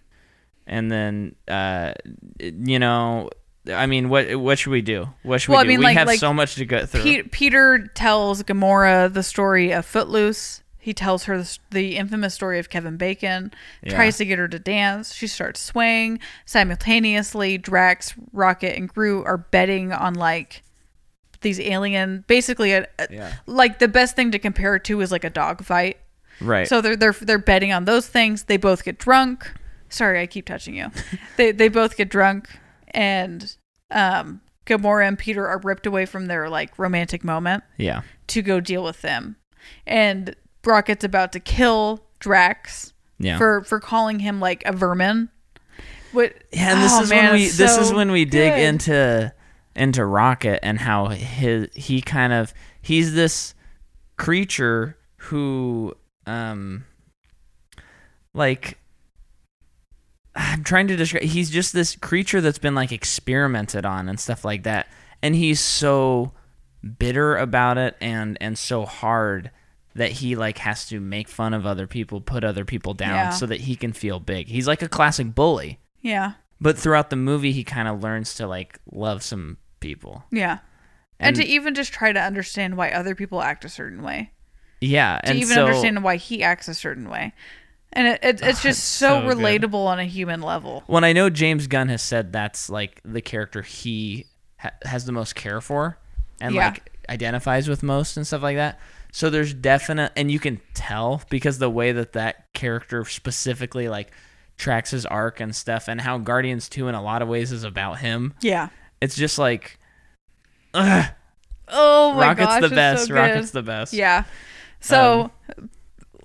and then uh, you know, I mean, what what should we do? What should Well, I we do? mean, we like- have like so much to go through. Pe- Peter tells Gamora the story of Footloose. He tells her the, the infamous story of Kevin Bacon, Yeah. tries to get her to dance. She starts swaying. Simultaneously, Drax, Rocket, and Groot are betting on like these alien. Basically, a, a- Yeah. like the best thing to compare it to is like a dog fight. right. So they're they're they're betting on those things. They both get drunk. Sorry, I keep touching you. they they both get drunk, and um, Gamora and Peter are ripped away from their like romantic moment yeah. to go deal with them. And Rocket's about to kill Drax Yeah. for for calling him like a vermin. What? Yeah, and this oh, is man, when we it's this is so when we dig good. into into Rocket and how his he kind of he's this creature who um like I'm trying to describe he's just this creature that's been like experimented on and stuff like that and he's so bitter about it and and so hard that he like has to make fun of other people put other people down Yeah. so that he can feel big he's like a classic bully Yeah, but throughout the movie he kind of learns to like love some people yeah. And, And- to even just try to understand why other people act a certain way, yeah to and even so understand why he acts a certain way, and it, it, it's just so, so good. relatable on a human level. when i know james gunn has said that's like the character he ha- has the most care for and Yeah. like identifies with most and stuff like that So there's definite, and you can tell because the way that that character specifically like tracks his arc and stuff, and how Guardians Two in a lot of ways is about him. Yeah. It's just like, ugh, Oh my Rocket's gosh, the it's so best. good. Rocket's the best. Um, Yeah. So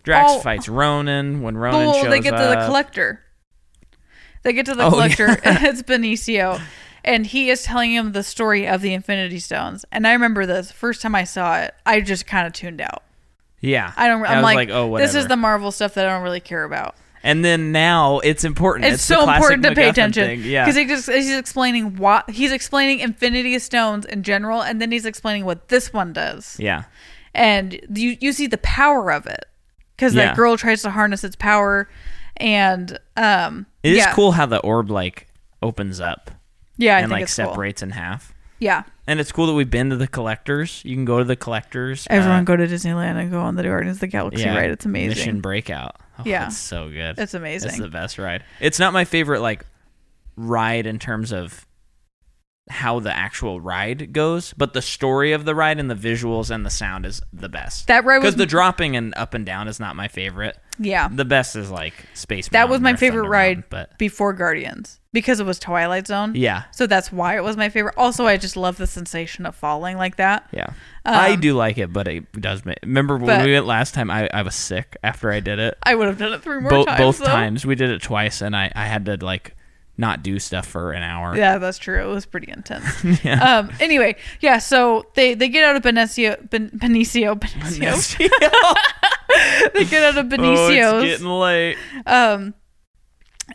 Drax all- fights Ronan when Ronan well, shows Oh. they get to up. the collector. They get to the Oh, collector. it's Benicio, and he is telling him the story of the Infinity Stones. And I remember this first time I saw it. I just kind of tuned out. yeah, I don't. And I'm was like, like, oh, whatever. this is the Marvel stuff that I don't really care about. And then now it's important. It's, It's, the so classic important to pay MacGuffin attention. thing. Yeah, because he just he's explaining why he's explaining Infinity Stones in general, and then he's explaining what this one does. yeah. and you you see the power of it because Yeah. that girl tries to harness its power, and um, It is yeah. cool how the orb like opens up Yeah, I and think like uh, it's cool. separates in half. Yeah, And it's cool that we've been to the collectors. You can go to the collectors. uh, everyone go to Disneyland and go on the Guardians of the Galaxy yeah, ride. It's amazing. Mission Breakout. Oh, Yeah. it's so good. It's amazing. It's the best ride. It's not my favorite like ride in terms of how the actual ride goes, but the story of the ride and the visuals and the sound is the best. That ride was because the dropping and up and down is not my favorite. yeah. The best is like Space. That was Mountain my or favorite Thunder ride Mountain, but before Guardians because it was Twilight Zone. yeah, So that's why it was my favorite. Also, I just love the sensation of falling like that. Yeah. I Um, do like it, but it does make. Remember when but- we went last time, I, I was sick after I did it. I would have done it three more Both times. both though. times. We did it twice, and I, I had to, like, not do stuff for an hour. Yeah, that's true. It was pretty intense. Um. Anyway, yeah. So they they get out of Benicio, ben, Benicio, Benicio. they get out of Oh, it's Benicio's. getting late. um.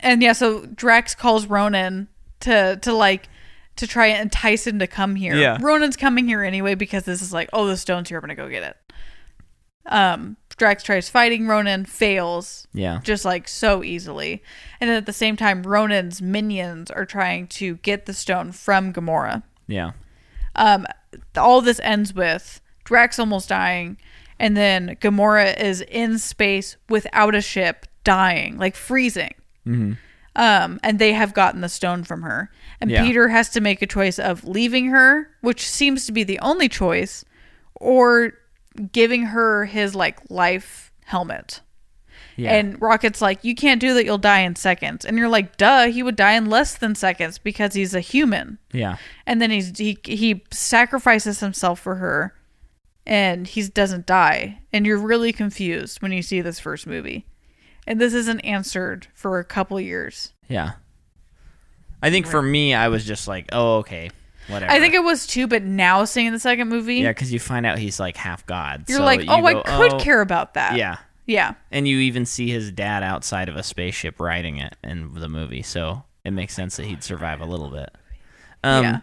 And yeah, so Drax calls Ronan to to like to try and entice him to come here. Yeah. Ronan's coming here anyway because this is like, oh, the stone's here. I'm gonna go get it. Um. Drax tries fighting Ronan, fails Yeah. just like so easily. And then at the same time, Ronan's minions are trying to get the stone from Gamora. Yeah. Um, all this ends with Drax almost dying, and then Gamora is in space without a ship, dying, like freezing. Mm-hmm. Um, and they have gotten the stone from her. And Yeah. Peter has to make a choice of leaving her, which seems to be the only choice, or giving her his like life helmet. Yeah. And Rocket's like, you can't do that. You'll die in seconds. And you're like, duh, he would die in less than seconds because he's a human. yeah. And then he's he he sacrifices himself for her, and he doesn't die. And you're really confused when you see this first movie, and this isn't answered for a couple years. Yeah. I think for me, I was just like, oh, okay. Whatever. I think it was two, but now seeing the second movie, Yeah, because you find out he's, like, half God. you're so like, you oh, I go, could "Oh." care about that. Yeah. yeah, And you even see his dad outside of a spaceship riding it in the movie, so it makes sense that he'd survive a little bit. Um, yeah.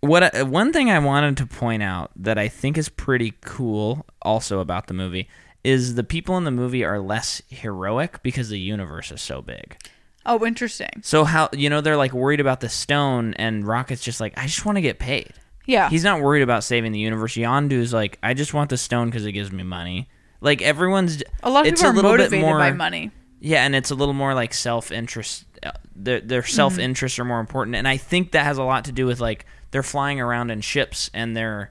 What I, one thing I wanted to point out that I think is pretty cool, also about the movie, is the people in the movie are less heroic because the universe is so big. Oh, interesting. So how you know they're like worried about the stone, and Rocket's just like, I just want to get paid. Yeah, He's not worried about saving the universe. Yondu's like, I just want the stone because it gives me money. Like everyone's a lot of it's people are little bit motivated by more- money. yeah, and it's a little more like self interest. Their their Mm-hmm. self interests are more important, and I think that has a lot to do with like they're flying around in ships and they're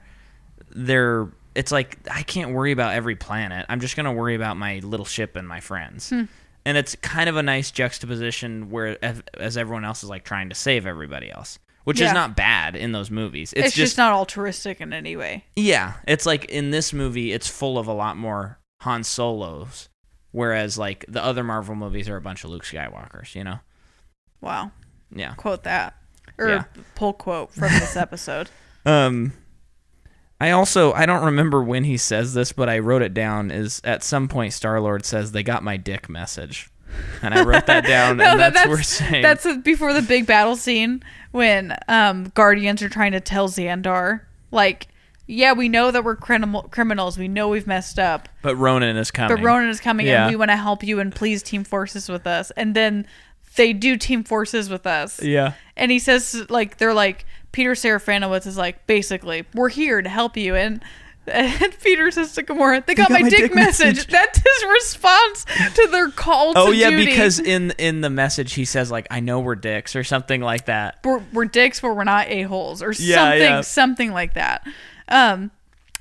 they're. It's like I can't worry about every planet. I'm just gonna worry about my little ship and my friends. Hmm. And it's kind of a nice juxtaposition where as- as everyone else is like trying to save everybody else, which Yeah. is not bad in those movies. It's, It's, just not altruistic in any way. yeah, it's like in this movie, it's full of a lot more Han Solos, whereas like the other Marvel movies are a bunch of Luke Skywalkers. You know? Wow. Yeah. quote that or Yeah. pull quote from this episode. Um, I also I don't remember when he says this, but I wrote it down. Is at some point Star Lord says they got my dick message, and I wrote that down, No, and that- that's, we're saying. that's before the big battle scene when um, guardians are trying to tell Xandar like, yeah, we know that we're criminal criminals. We know we've messed up, but Ronan is coming. but Ronan is coming Yeah. and we want to help you and please team forces with us. And then they do team forces with us. Yeah. And he says like they're like Peter Serafinowicz is like basically we're here to help you and. And Peter says to Gamora, "They got, my, dick, message. That's his response to their call. Oh to yeah, duty. because in in the message he says like I know we're dicks or something like that. we're, we're dicks, but we're not a holes or Yeah, something, yeah. something like that. Um,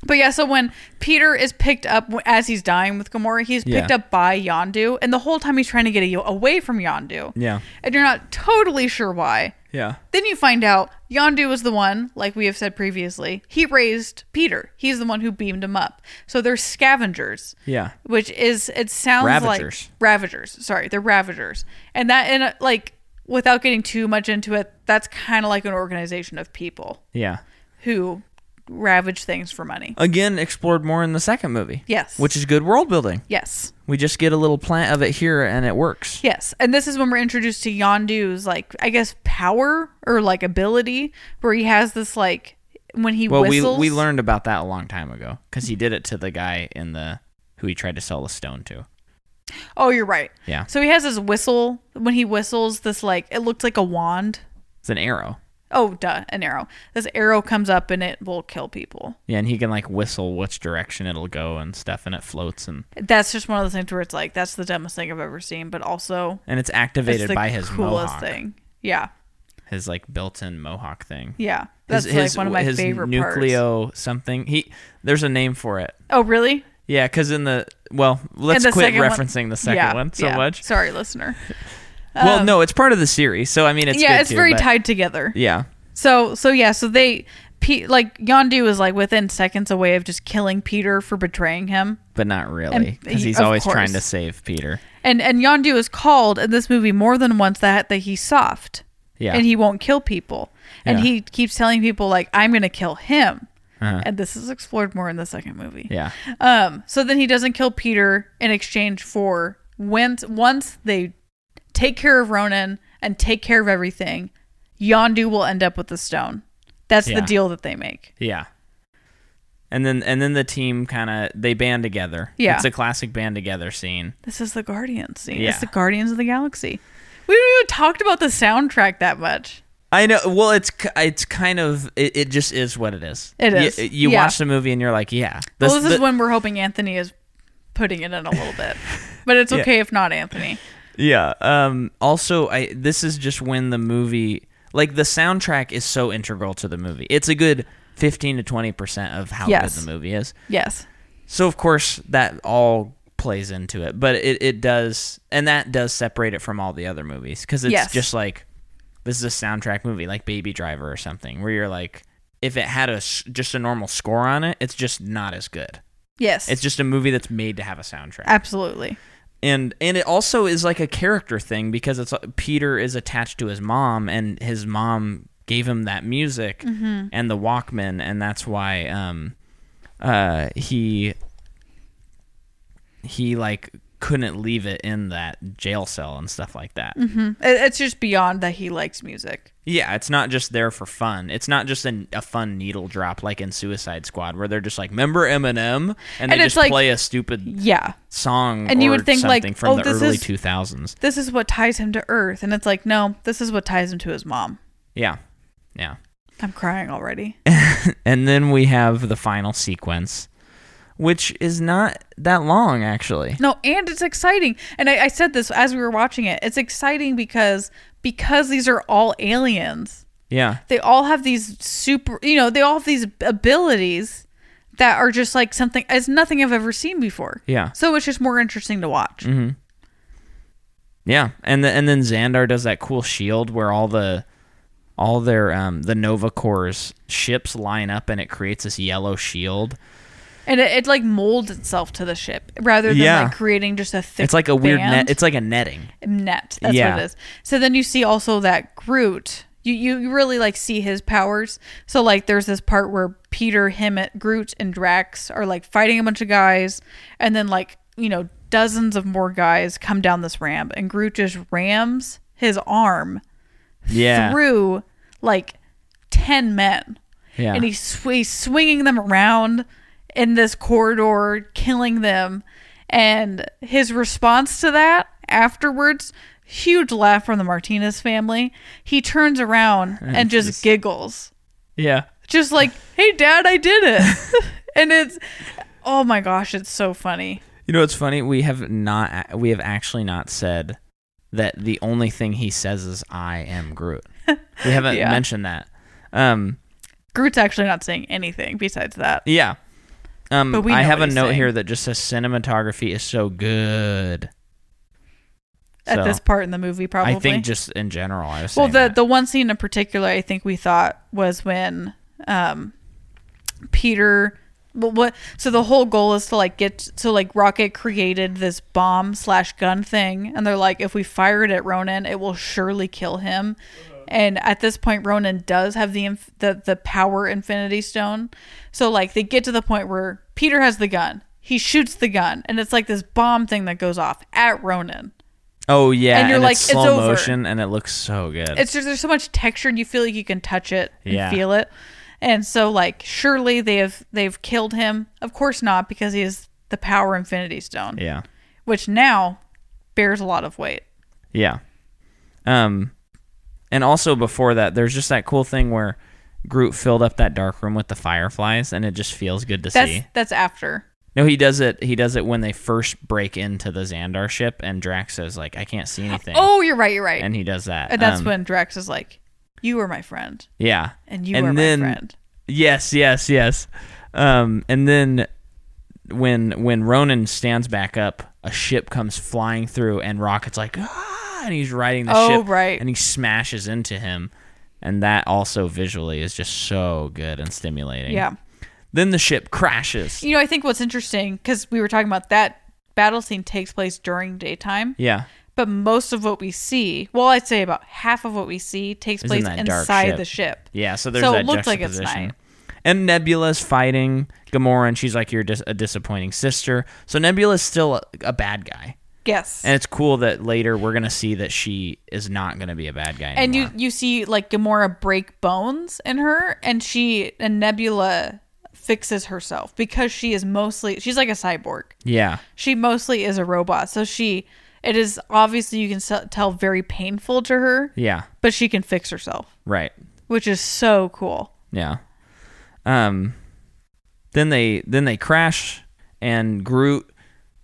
But yeah, so when Peter is picked up w- as he's dying with Gamora, he's picked Yeah. up by Yondu, and the whole time he's trying to get a- away from Yondu. Yeah. And you're not totally sure why. Yeah. Then you find out Yondu was the one, like we have said previously, he raised Peter. He's the one who beamed him up. So they're scavengers. Yeah. Which is it sounds Ravagers. like ravagers. Sorry, they're ravagers. And that and uh, like without getting too much into it, that's kind of like an organization of people Yeah. who ravage things for money. Again, explored more in the second movie. Yes. Which is good world building. Yes. We just get a little plant of it here and it works. Yes. And this is when we're introduced to Yondu's like I guess power or like ability where he has this like when he Well, whistles we we learned about that a long time ago cuz he did it to the guy in the who he tried to sell the stone to. Oh, you're right. Yeah. So he has his whistle. When he whistles, this like it looked like a wand. It's an arrow. Oh, duh, an arrow. This arrow comes up and it will kill people. Yeah, and he can like whistle which direction it'll go and stuff and it floats and That's just one of those things where it's like that's the dumbest thing I've ever seen, but also and it's it's activated the by his coolest mohawk. thing. Yeah, His like built-in mohawk thing. yeah. That's his, like his- one of my his favorite parts. nucleo something. He there's a name for it. Oh, really? Yeah, because in the well, let's And the quit second one- referencing the second yeah, one so yeah. much. Sorry, listener. well, no, it's part of the series, so I mean, it's Um, yeah, good it's too, very but- tied together. Yeah, So, so yeah, so they, Pe- like Yondu is like within seconds away of just killing Peter for betraying him. but not really, And- because he's of always course. trying to save Peter. And and Yondu is called in this movie more than once that that he's soft. Yeah. And he won't kill people. And Yeah. he keeps telling people like I'm going to kill him. Uh-huh. And this is explored more in the second movie. Yeah, Um so then he doesn't kill Peter in exchange for when once they take care of Ronan and take care of everything, Yondu will end up with the stone. That's Yeah. the deal that they make. yeah. And then and then the team kind of they band together. Yeah. it's a classic band together scene. This is the Guardians scene. Yeah. It's the Guardians of the Galaxy. We haven't even talked about the soundtrack that much. I know. Well, it's k- it's kind of it, it just is what it is. It You- is, You, yeah. watch the movie and you're like, yeah. well, this is the- when we're hoping Anthony is putting it in a little bit, but it's Yeah. okay if not Anthony. Yeah. Um also I this is just when the movie like the soundtrack is so integral to the movie. It's a good 15 to 20% of how Yes. good the movie is. Yes, So of course that all plays into it, but it it does and that does separate it from all the other movies cuz it's Yes. just like this is a soundtrack movie like Baby Driver or something where you're like if it had a s- just a normal score on it, it's just not as good. yes, It's just a movie that's made to have a soundtrack absolutely and and it also is like a character thing because it's Peter is attached to his mom and his mom gave him that music Mm-hmm. and the Walkman and that's why um uh he he like couldn't leave it in that jail cell and stuff like that. It- it's just beyond that he likes music. Yeah, it's not just there for fun. It's not just an, a fun needle drop like in Suicide Squad where they're just like, "Remember Eminem?" And and they it's just like- play a stupid Yeah, song And you or would think, like, something from oh, the this early is- 2000s. this is what ties him to Earth, and it's like no, this is what ties him to his mom. Yeah. Yeah. I'm crying already. And then we have the final sequence, which is not that long, actually. No, and it's exciting. And I, I said this as we were watching it. It's exciting because because these are all aliens. Yeah. they all have these super you know they all have these abilities that are just like something it's nothing i've ever seen before Yeah. Mm-hmm. so it's just more interesting to watch Yeah. And the, and then Xandar does that cool shield where all the all their um the Nova Corps ships line up and it creates this yellow shield. and it, it like molds itself to the ship rather than Yeah. like creating just a thick It's like a weird net band. it's like a netting. net that's Yeah. what it is so then you see also that groot you, you you really like see his powers so like there's this part where peter him groot and drax are like fighting a bunch of guys and then like you know dozens of more guys come down this ramp and groot just rams his arm Yeah. through like 10 men Yeah. and he's, sw- he's swinging them around in this corridor killing them and his response to that afterwards huge laugh from the martinez family he turns around and just giggles yeah. just like hey dad i did it and it's oh my gosh it's so funny You know what's funny? We have not we have actually not said that the only thing he says is I am Groot. We haven't Yeah. mentioned that. Um groot's actually not saying anything besides that Yeah. Um, But we I know have a what he's note saying. here that just says cinematography is so good. at So, this part in the movie, probably. I think just in general, I was well, saying the that. the one scene in particular, I think we thought was when um, Peter. Well, what? So the whole goal is to like get so like Rocket created this bomb slash gun thing, and they're like, if we fire it at Ronan, it will surely kill him. Uh-huh. And at this point, Ronan does have the inf- the the power Infinity Stone. So like they get to the point where Peter has the gun, he shoots the gun, and it's like this bomb thing that goes off at Ronan. oh yeah, and you're like, it's "It's slow over." motion and it looks so good. it's just there's so much texture and you feel like you can touch it and Yeah. feel it and so like surely they have they've killed him of course not because he has the power infinity stone yeah, which now bears a lot of weight yeah. Um, and also before that, there's just that cool thing where Groot filled up that dark room with the fireflies, and it just feels good to that's see. that's after No, he does it. He does it when they first break into the Xandar ship, and Drax says like, "I can't see anything," oh you're right you're right and, and he does that. that's Um, when drax is like you were my friend yeah, and you And were then- my friend Yes, yes, yes. Um, and then when when Ronan stands back up, a ship comes flying through, and Rocket's like, ah, and he's riding the Oh, ship, right. and he smashes into him, and that also visually is just so good and stimulating. yeah Then the ship crashes. you know i think what's interesting because we were talking about that battle scene takes place during daytime Yeah, but most of what we see well i'd say about half of what we see takes Is in place that dark inside ship. the ship yeah. So there's So it that looks like it's juxtaposition. night. And Nebula's fighting Gamora, and she's like, "You're dis- a disappointing sister." So Nebula's still a, a bad guy. yes And it's cool that later we're gonna see that she is not gonna be a bad guy. and anymore. you you see like Gamora break bones in her, and she and Nebula fixes herself because she is mostly she's like a cyborg. yeah, She mostly is a robot, so she it is obviously you can se- tell very painful to her, yeah, but she can fix herself, right, which is so cool. yeah. Um, then they then they crash, and Groot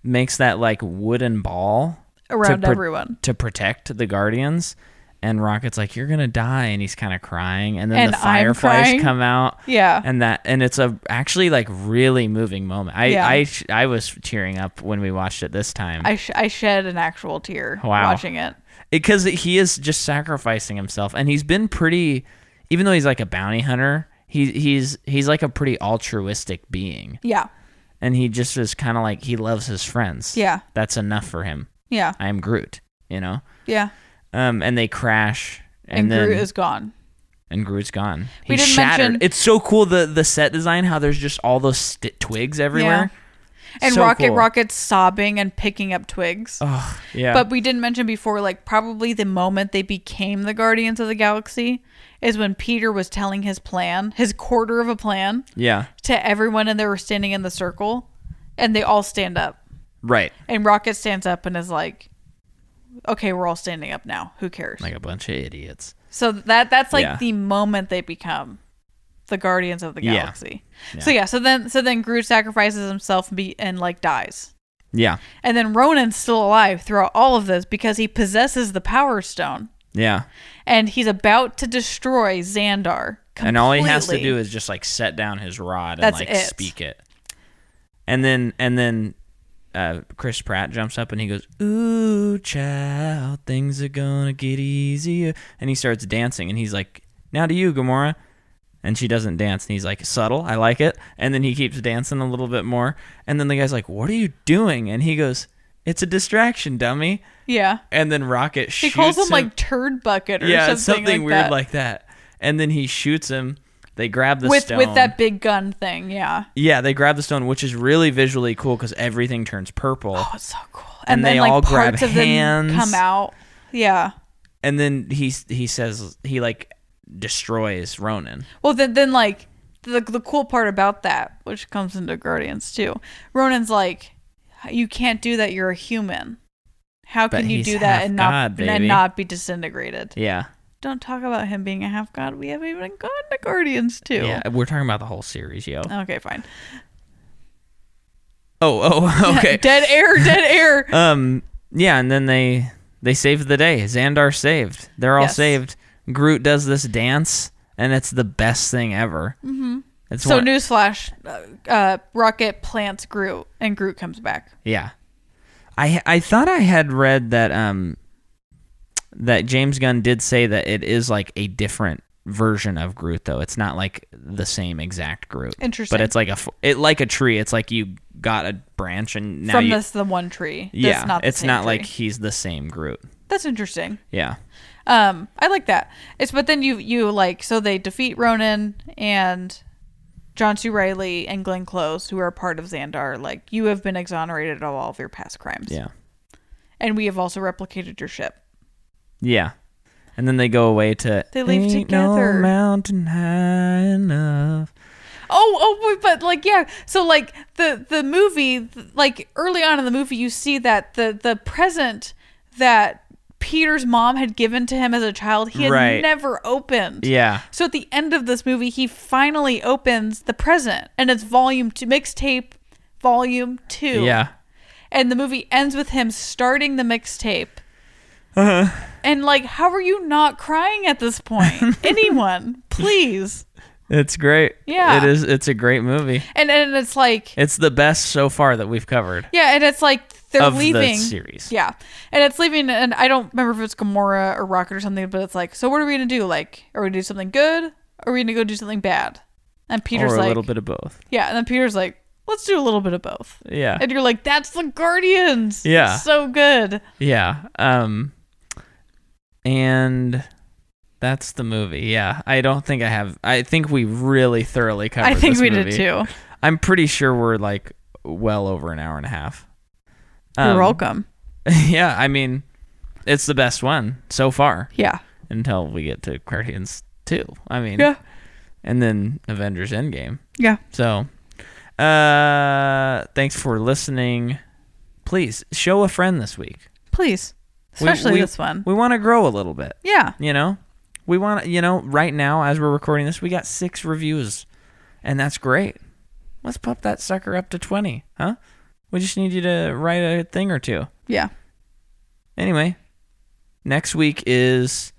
makes that like wooden ball Around pro- everyone. to protect the Guardians. And Rocket's like, "You're gonna die," and he's kind of crying. And then And the I'm fireflies crying. come out. Yeah. and that and it's a actually like really moving moment. I Yeah. I sh- I was tearing up when we watched it this time. I sh- I shed an actual tear Wow. watching it. because he is just sacrificing himself and he's been pretty even though he's like a bounty hunter he, he's he's like a pretty altruistic being Yeah, and he just is kind of like he loves his friends Yeah. that's enough for him yeah, i am groot you know yeah. um and they crash and, And, then Groot is gone. and groot's gone We He's didn't shattered mention- it's so cool the the set design how there's just all those st- twigs everywhere And So Rocket cool. Rocket's sobbing and picking up twigs. Ugh, yeah But we didn't mention before, like probably the moment they became the Guardians of the Galaxy is when Peter was telling his plan, his quarter of a plan, yeah to everyone, and they were standing in the circle, and they all stand up, right and Rocket stands up and is like, "Okay, we're all standing up now. Who cares?" like a bunch of idiots so that that's like Yeah. the moment they become the Guardians of the Yeah. Galaxy. So yeah, so then so then Groot sacrifices himself and, be, and like dies. yeah And then Ronan's still alive throughout all of this because he possesses the Power Stone yeah and he's about to destroy Xandar. Completely. And all he has to do is just like set down his rod and That's like it. speak it. And then and then uh, Chris Pratt jumps up and he goes, "Ooh, child, things are gonna get easier." And he starts dancing and he's like, "Now to you, Gamora." And she doesn't dance and he's like, "Subtle, I like it." And then he keeps dancing a little bit more. And then the guy's like, "What are you doing?" And he goes, "It's a distraction, dummy." yeah. And then Rocket He shoots calls him, him like turd bucket or yeah, something, it's something like weird that. like that. And then he shoots him. They grab the with stone. with that big gun thing. Yeah. yeah, they grab the stone, which is really visually cool because everything turns purple. Oh, it's so cool. And they then like all grab parts of them hands. come out. Yeah. And then he he says he like destroys Ronan. Well, then, then like the the cool part about that, which comes into Guardians too, Ronan's like, you can't do that. You're a human. How But can you he's do that and not half God, baby." and not be disintegrated? Yeah, Don't talk about him being a half god. We haven't even gotten to Guardians too. yeah. We're talking about the whole series, yo. Okay, fine. Oh, oh, okay. dead air, dead air. um, yeah. And then they they save the day. Xandar saved. They're all Yes. saved. Groot does this dance, and it's the best thing ever. It's Mm-hmm. So one, newsflash, uh, uh, Rocket plants Groot and Groot comes back. yeah. I I thought I had read that um that James Gunn did say that it is like a different version of Groot though. It's not like the same exact Groot. Interesting. But it's like a f- it like a tree. It's like you got a branch and now From you, this the one tree. That's yeah, not the it's same not tree. like he's the same Groot. that's interesting. Yeah. Um, I like that. It's but then you you like so they defeat Ronan and John C. Riley and Glenn Close, who are part of Xandar. Like you have been exonerated of all of your past crimes, Yeah. and we have also replicated your ship. Yeah. And then they go away to They leave Ain't together. No mountain high enough. Oh, oh, but- but like yeah. So like the the movie, th- like early on in the movie, you see that the the present that Peter's mom had given to him as a child, he had Right. never opened. Yeah. So at the end of this movie, he finally opens the present, and it's volume two, mixtape volume two. Yeah. And the movie ends with him starting the mixtape. Uh-huh. And like, how are you not crying at this point? Anyone, please. It's great. Yeah. It is it's a great movie. And and it's like, It's the best so far that we've covered. yeah, and it's like they're Of the leaving series. Yeah, and it's leaving, and I don't remember if it's Gamora or Rocket or something, but it's like, so what are we gonna do? Like, are we gonna do something good? Or are we gonna go do something bad? And Peter's or a like, little bit of both. Yeah, and then Peter's like, let's do a little bit of both. Yeah. And you're like, that's the Guardians. Yeah. So good. yeah. Um and that's the movie. Yeah. I don't think I have I think we really thoroughly covered I think this we movie. did too. I'm pretty sure we're like well over an hour and a half. You're Um, welcome. Yeah, I mean it's the best one so far Yeah. until we get to Guardians 2. I mean, Yeah. and then Avengers Endgame. Yeah. So, uh, thanks for listening. Please show a friend this week. Please. We- Especially we- this one. We want to grow a little bit. yeah. You know, we want you know right now as we're recording this, we got six reviews, and that's great. Let's pump that sucker up to twenty, huh? We just need you to write a thing or two. Yeah. Anyway, next week is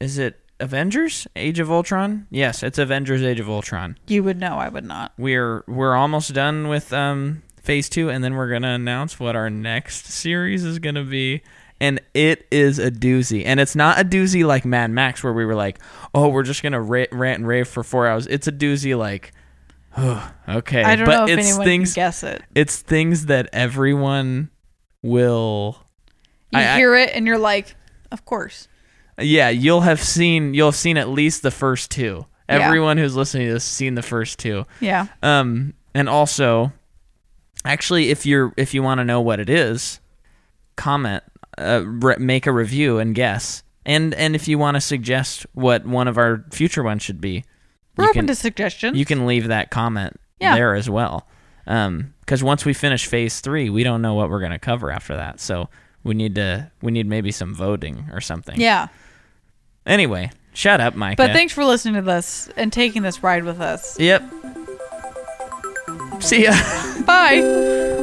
is it Avengers Age of Ultron? Yes, it's Avengers Age of Ultron. You would know I would not. We're we're almost done with um phase 2 and then we're going to announce what our next series is going to be and it is a doozy. And it's not a doozy like Mad Max where we were like, "Oh, we're just going to ra- rant and rave for 4 hours." It's a doozy like okay, I don't know but if it's anyone things can guess it. it's things that everyone will You I- I- hear it and you're like, of course. Yeah, you'll have seen you'll have seen at least the first two. Yeah. Everyone who's listening to this has seen the first two. Yeah. Um and also actually if you're if you want to know what it is, comment uh, re- make a review and guess. And and if you want to suggest what one of our future ones should be, We're you open can to suggestions. you can leave that comment Yeah. there as well. Um cuz once we finish phase 3, we don't know what we're going to cover after that. So we need to we need maybe some voting or something. yeah. Anyway, shut up, Mike. But thanks for listening to this and taking this ride with us. Yep. See ya. Bye.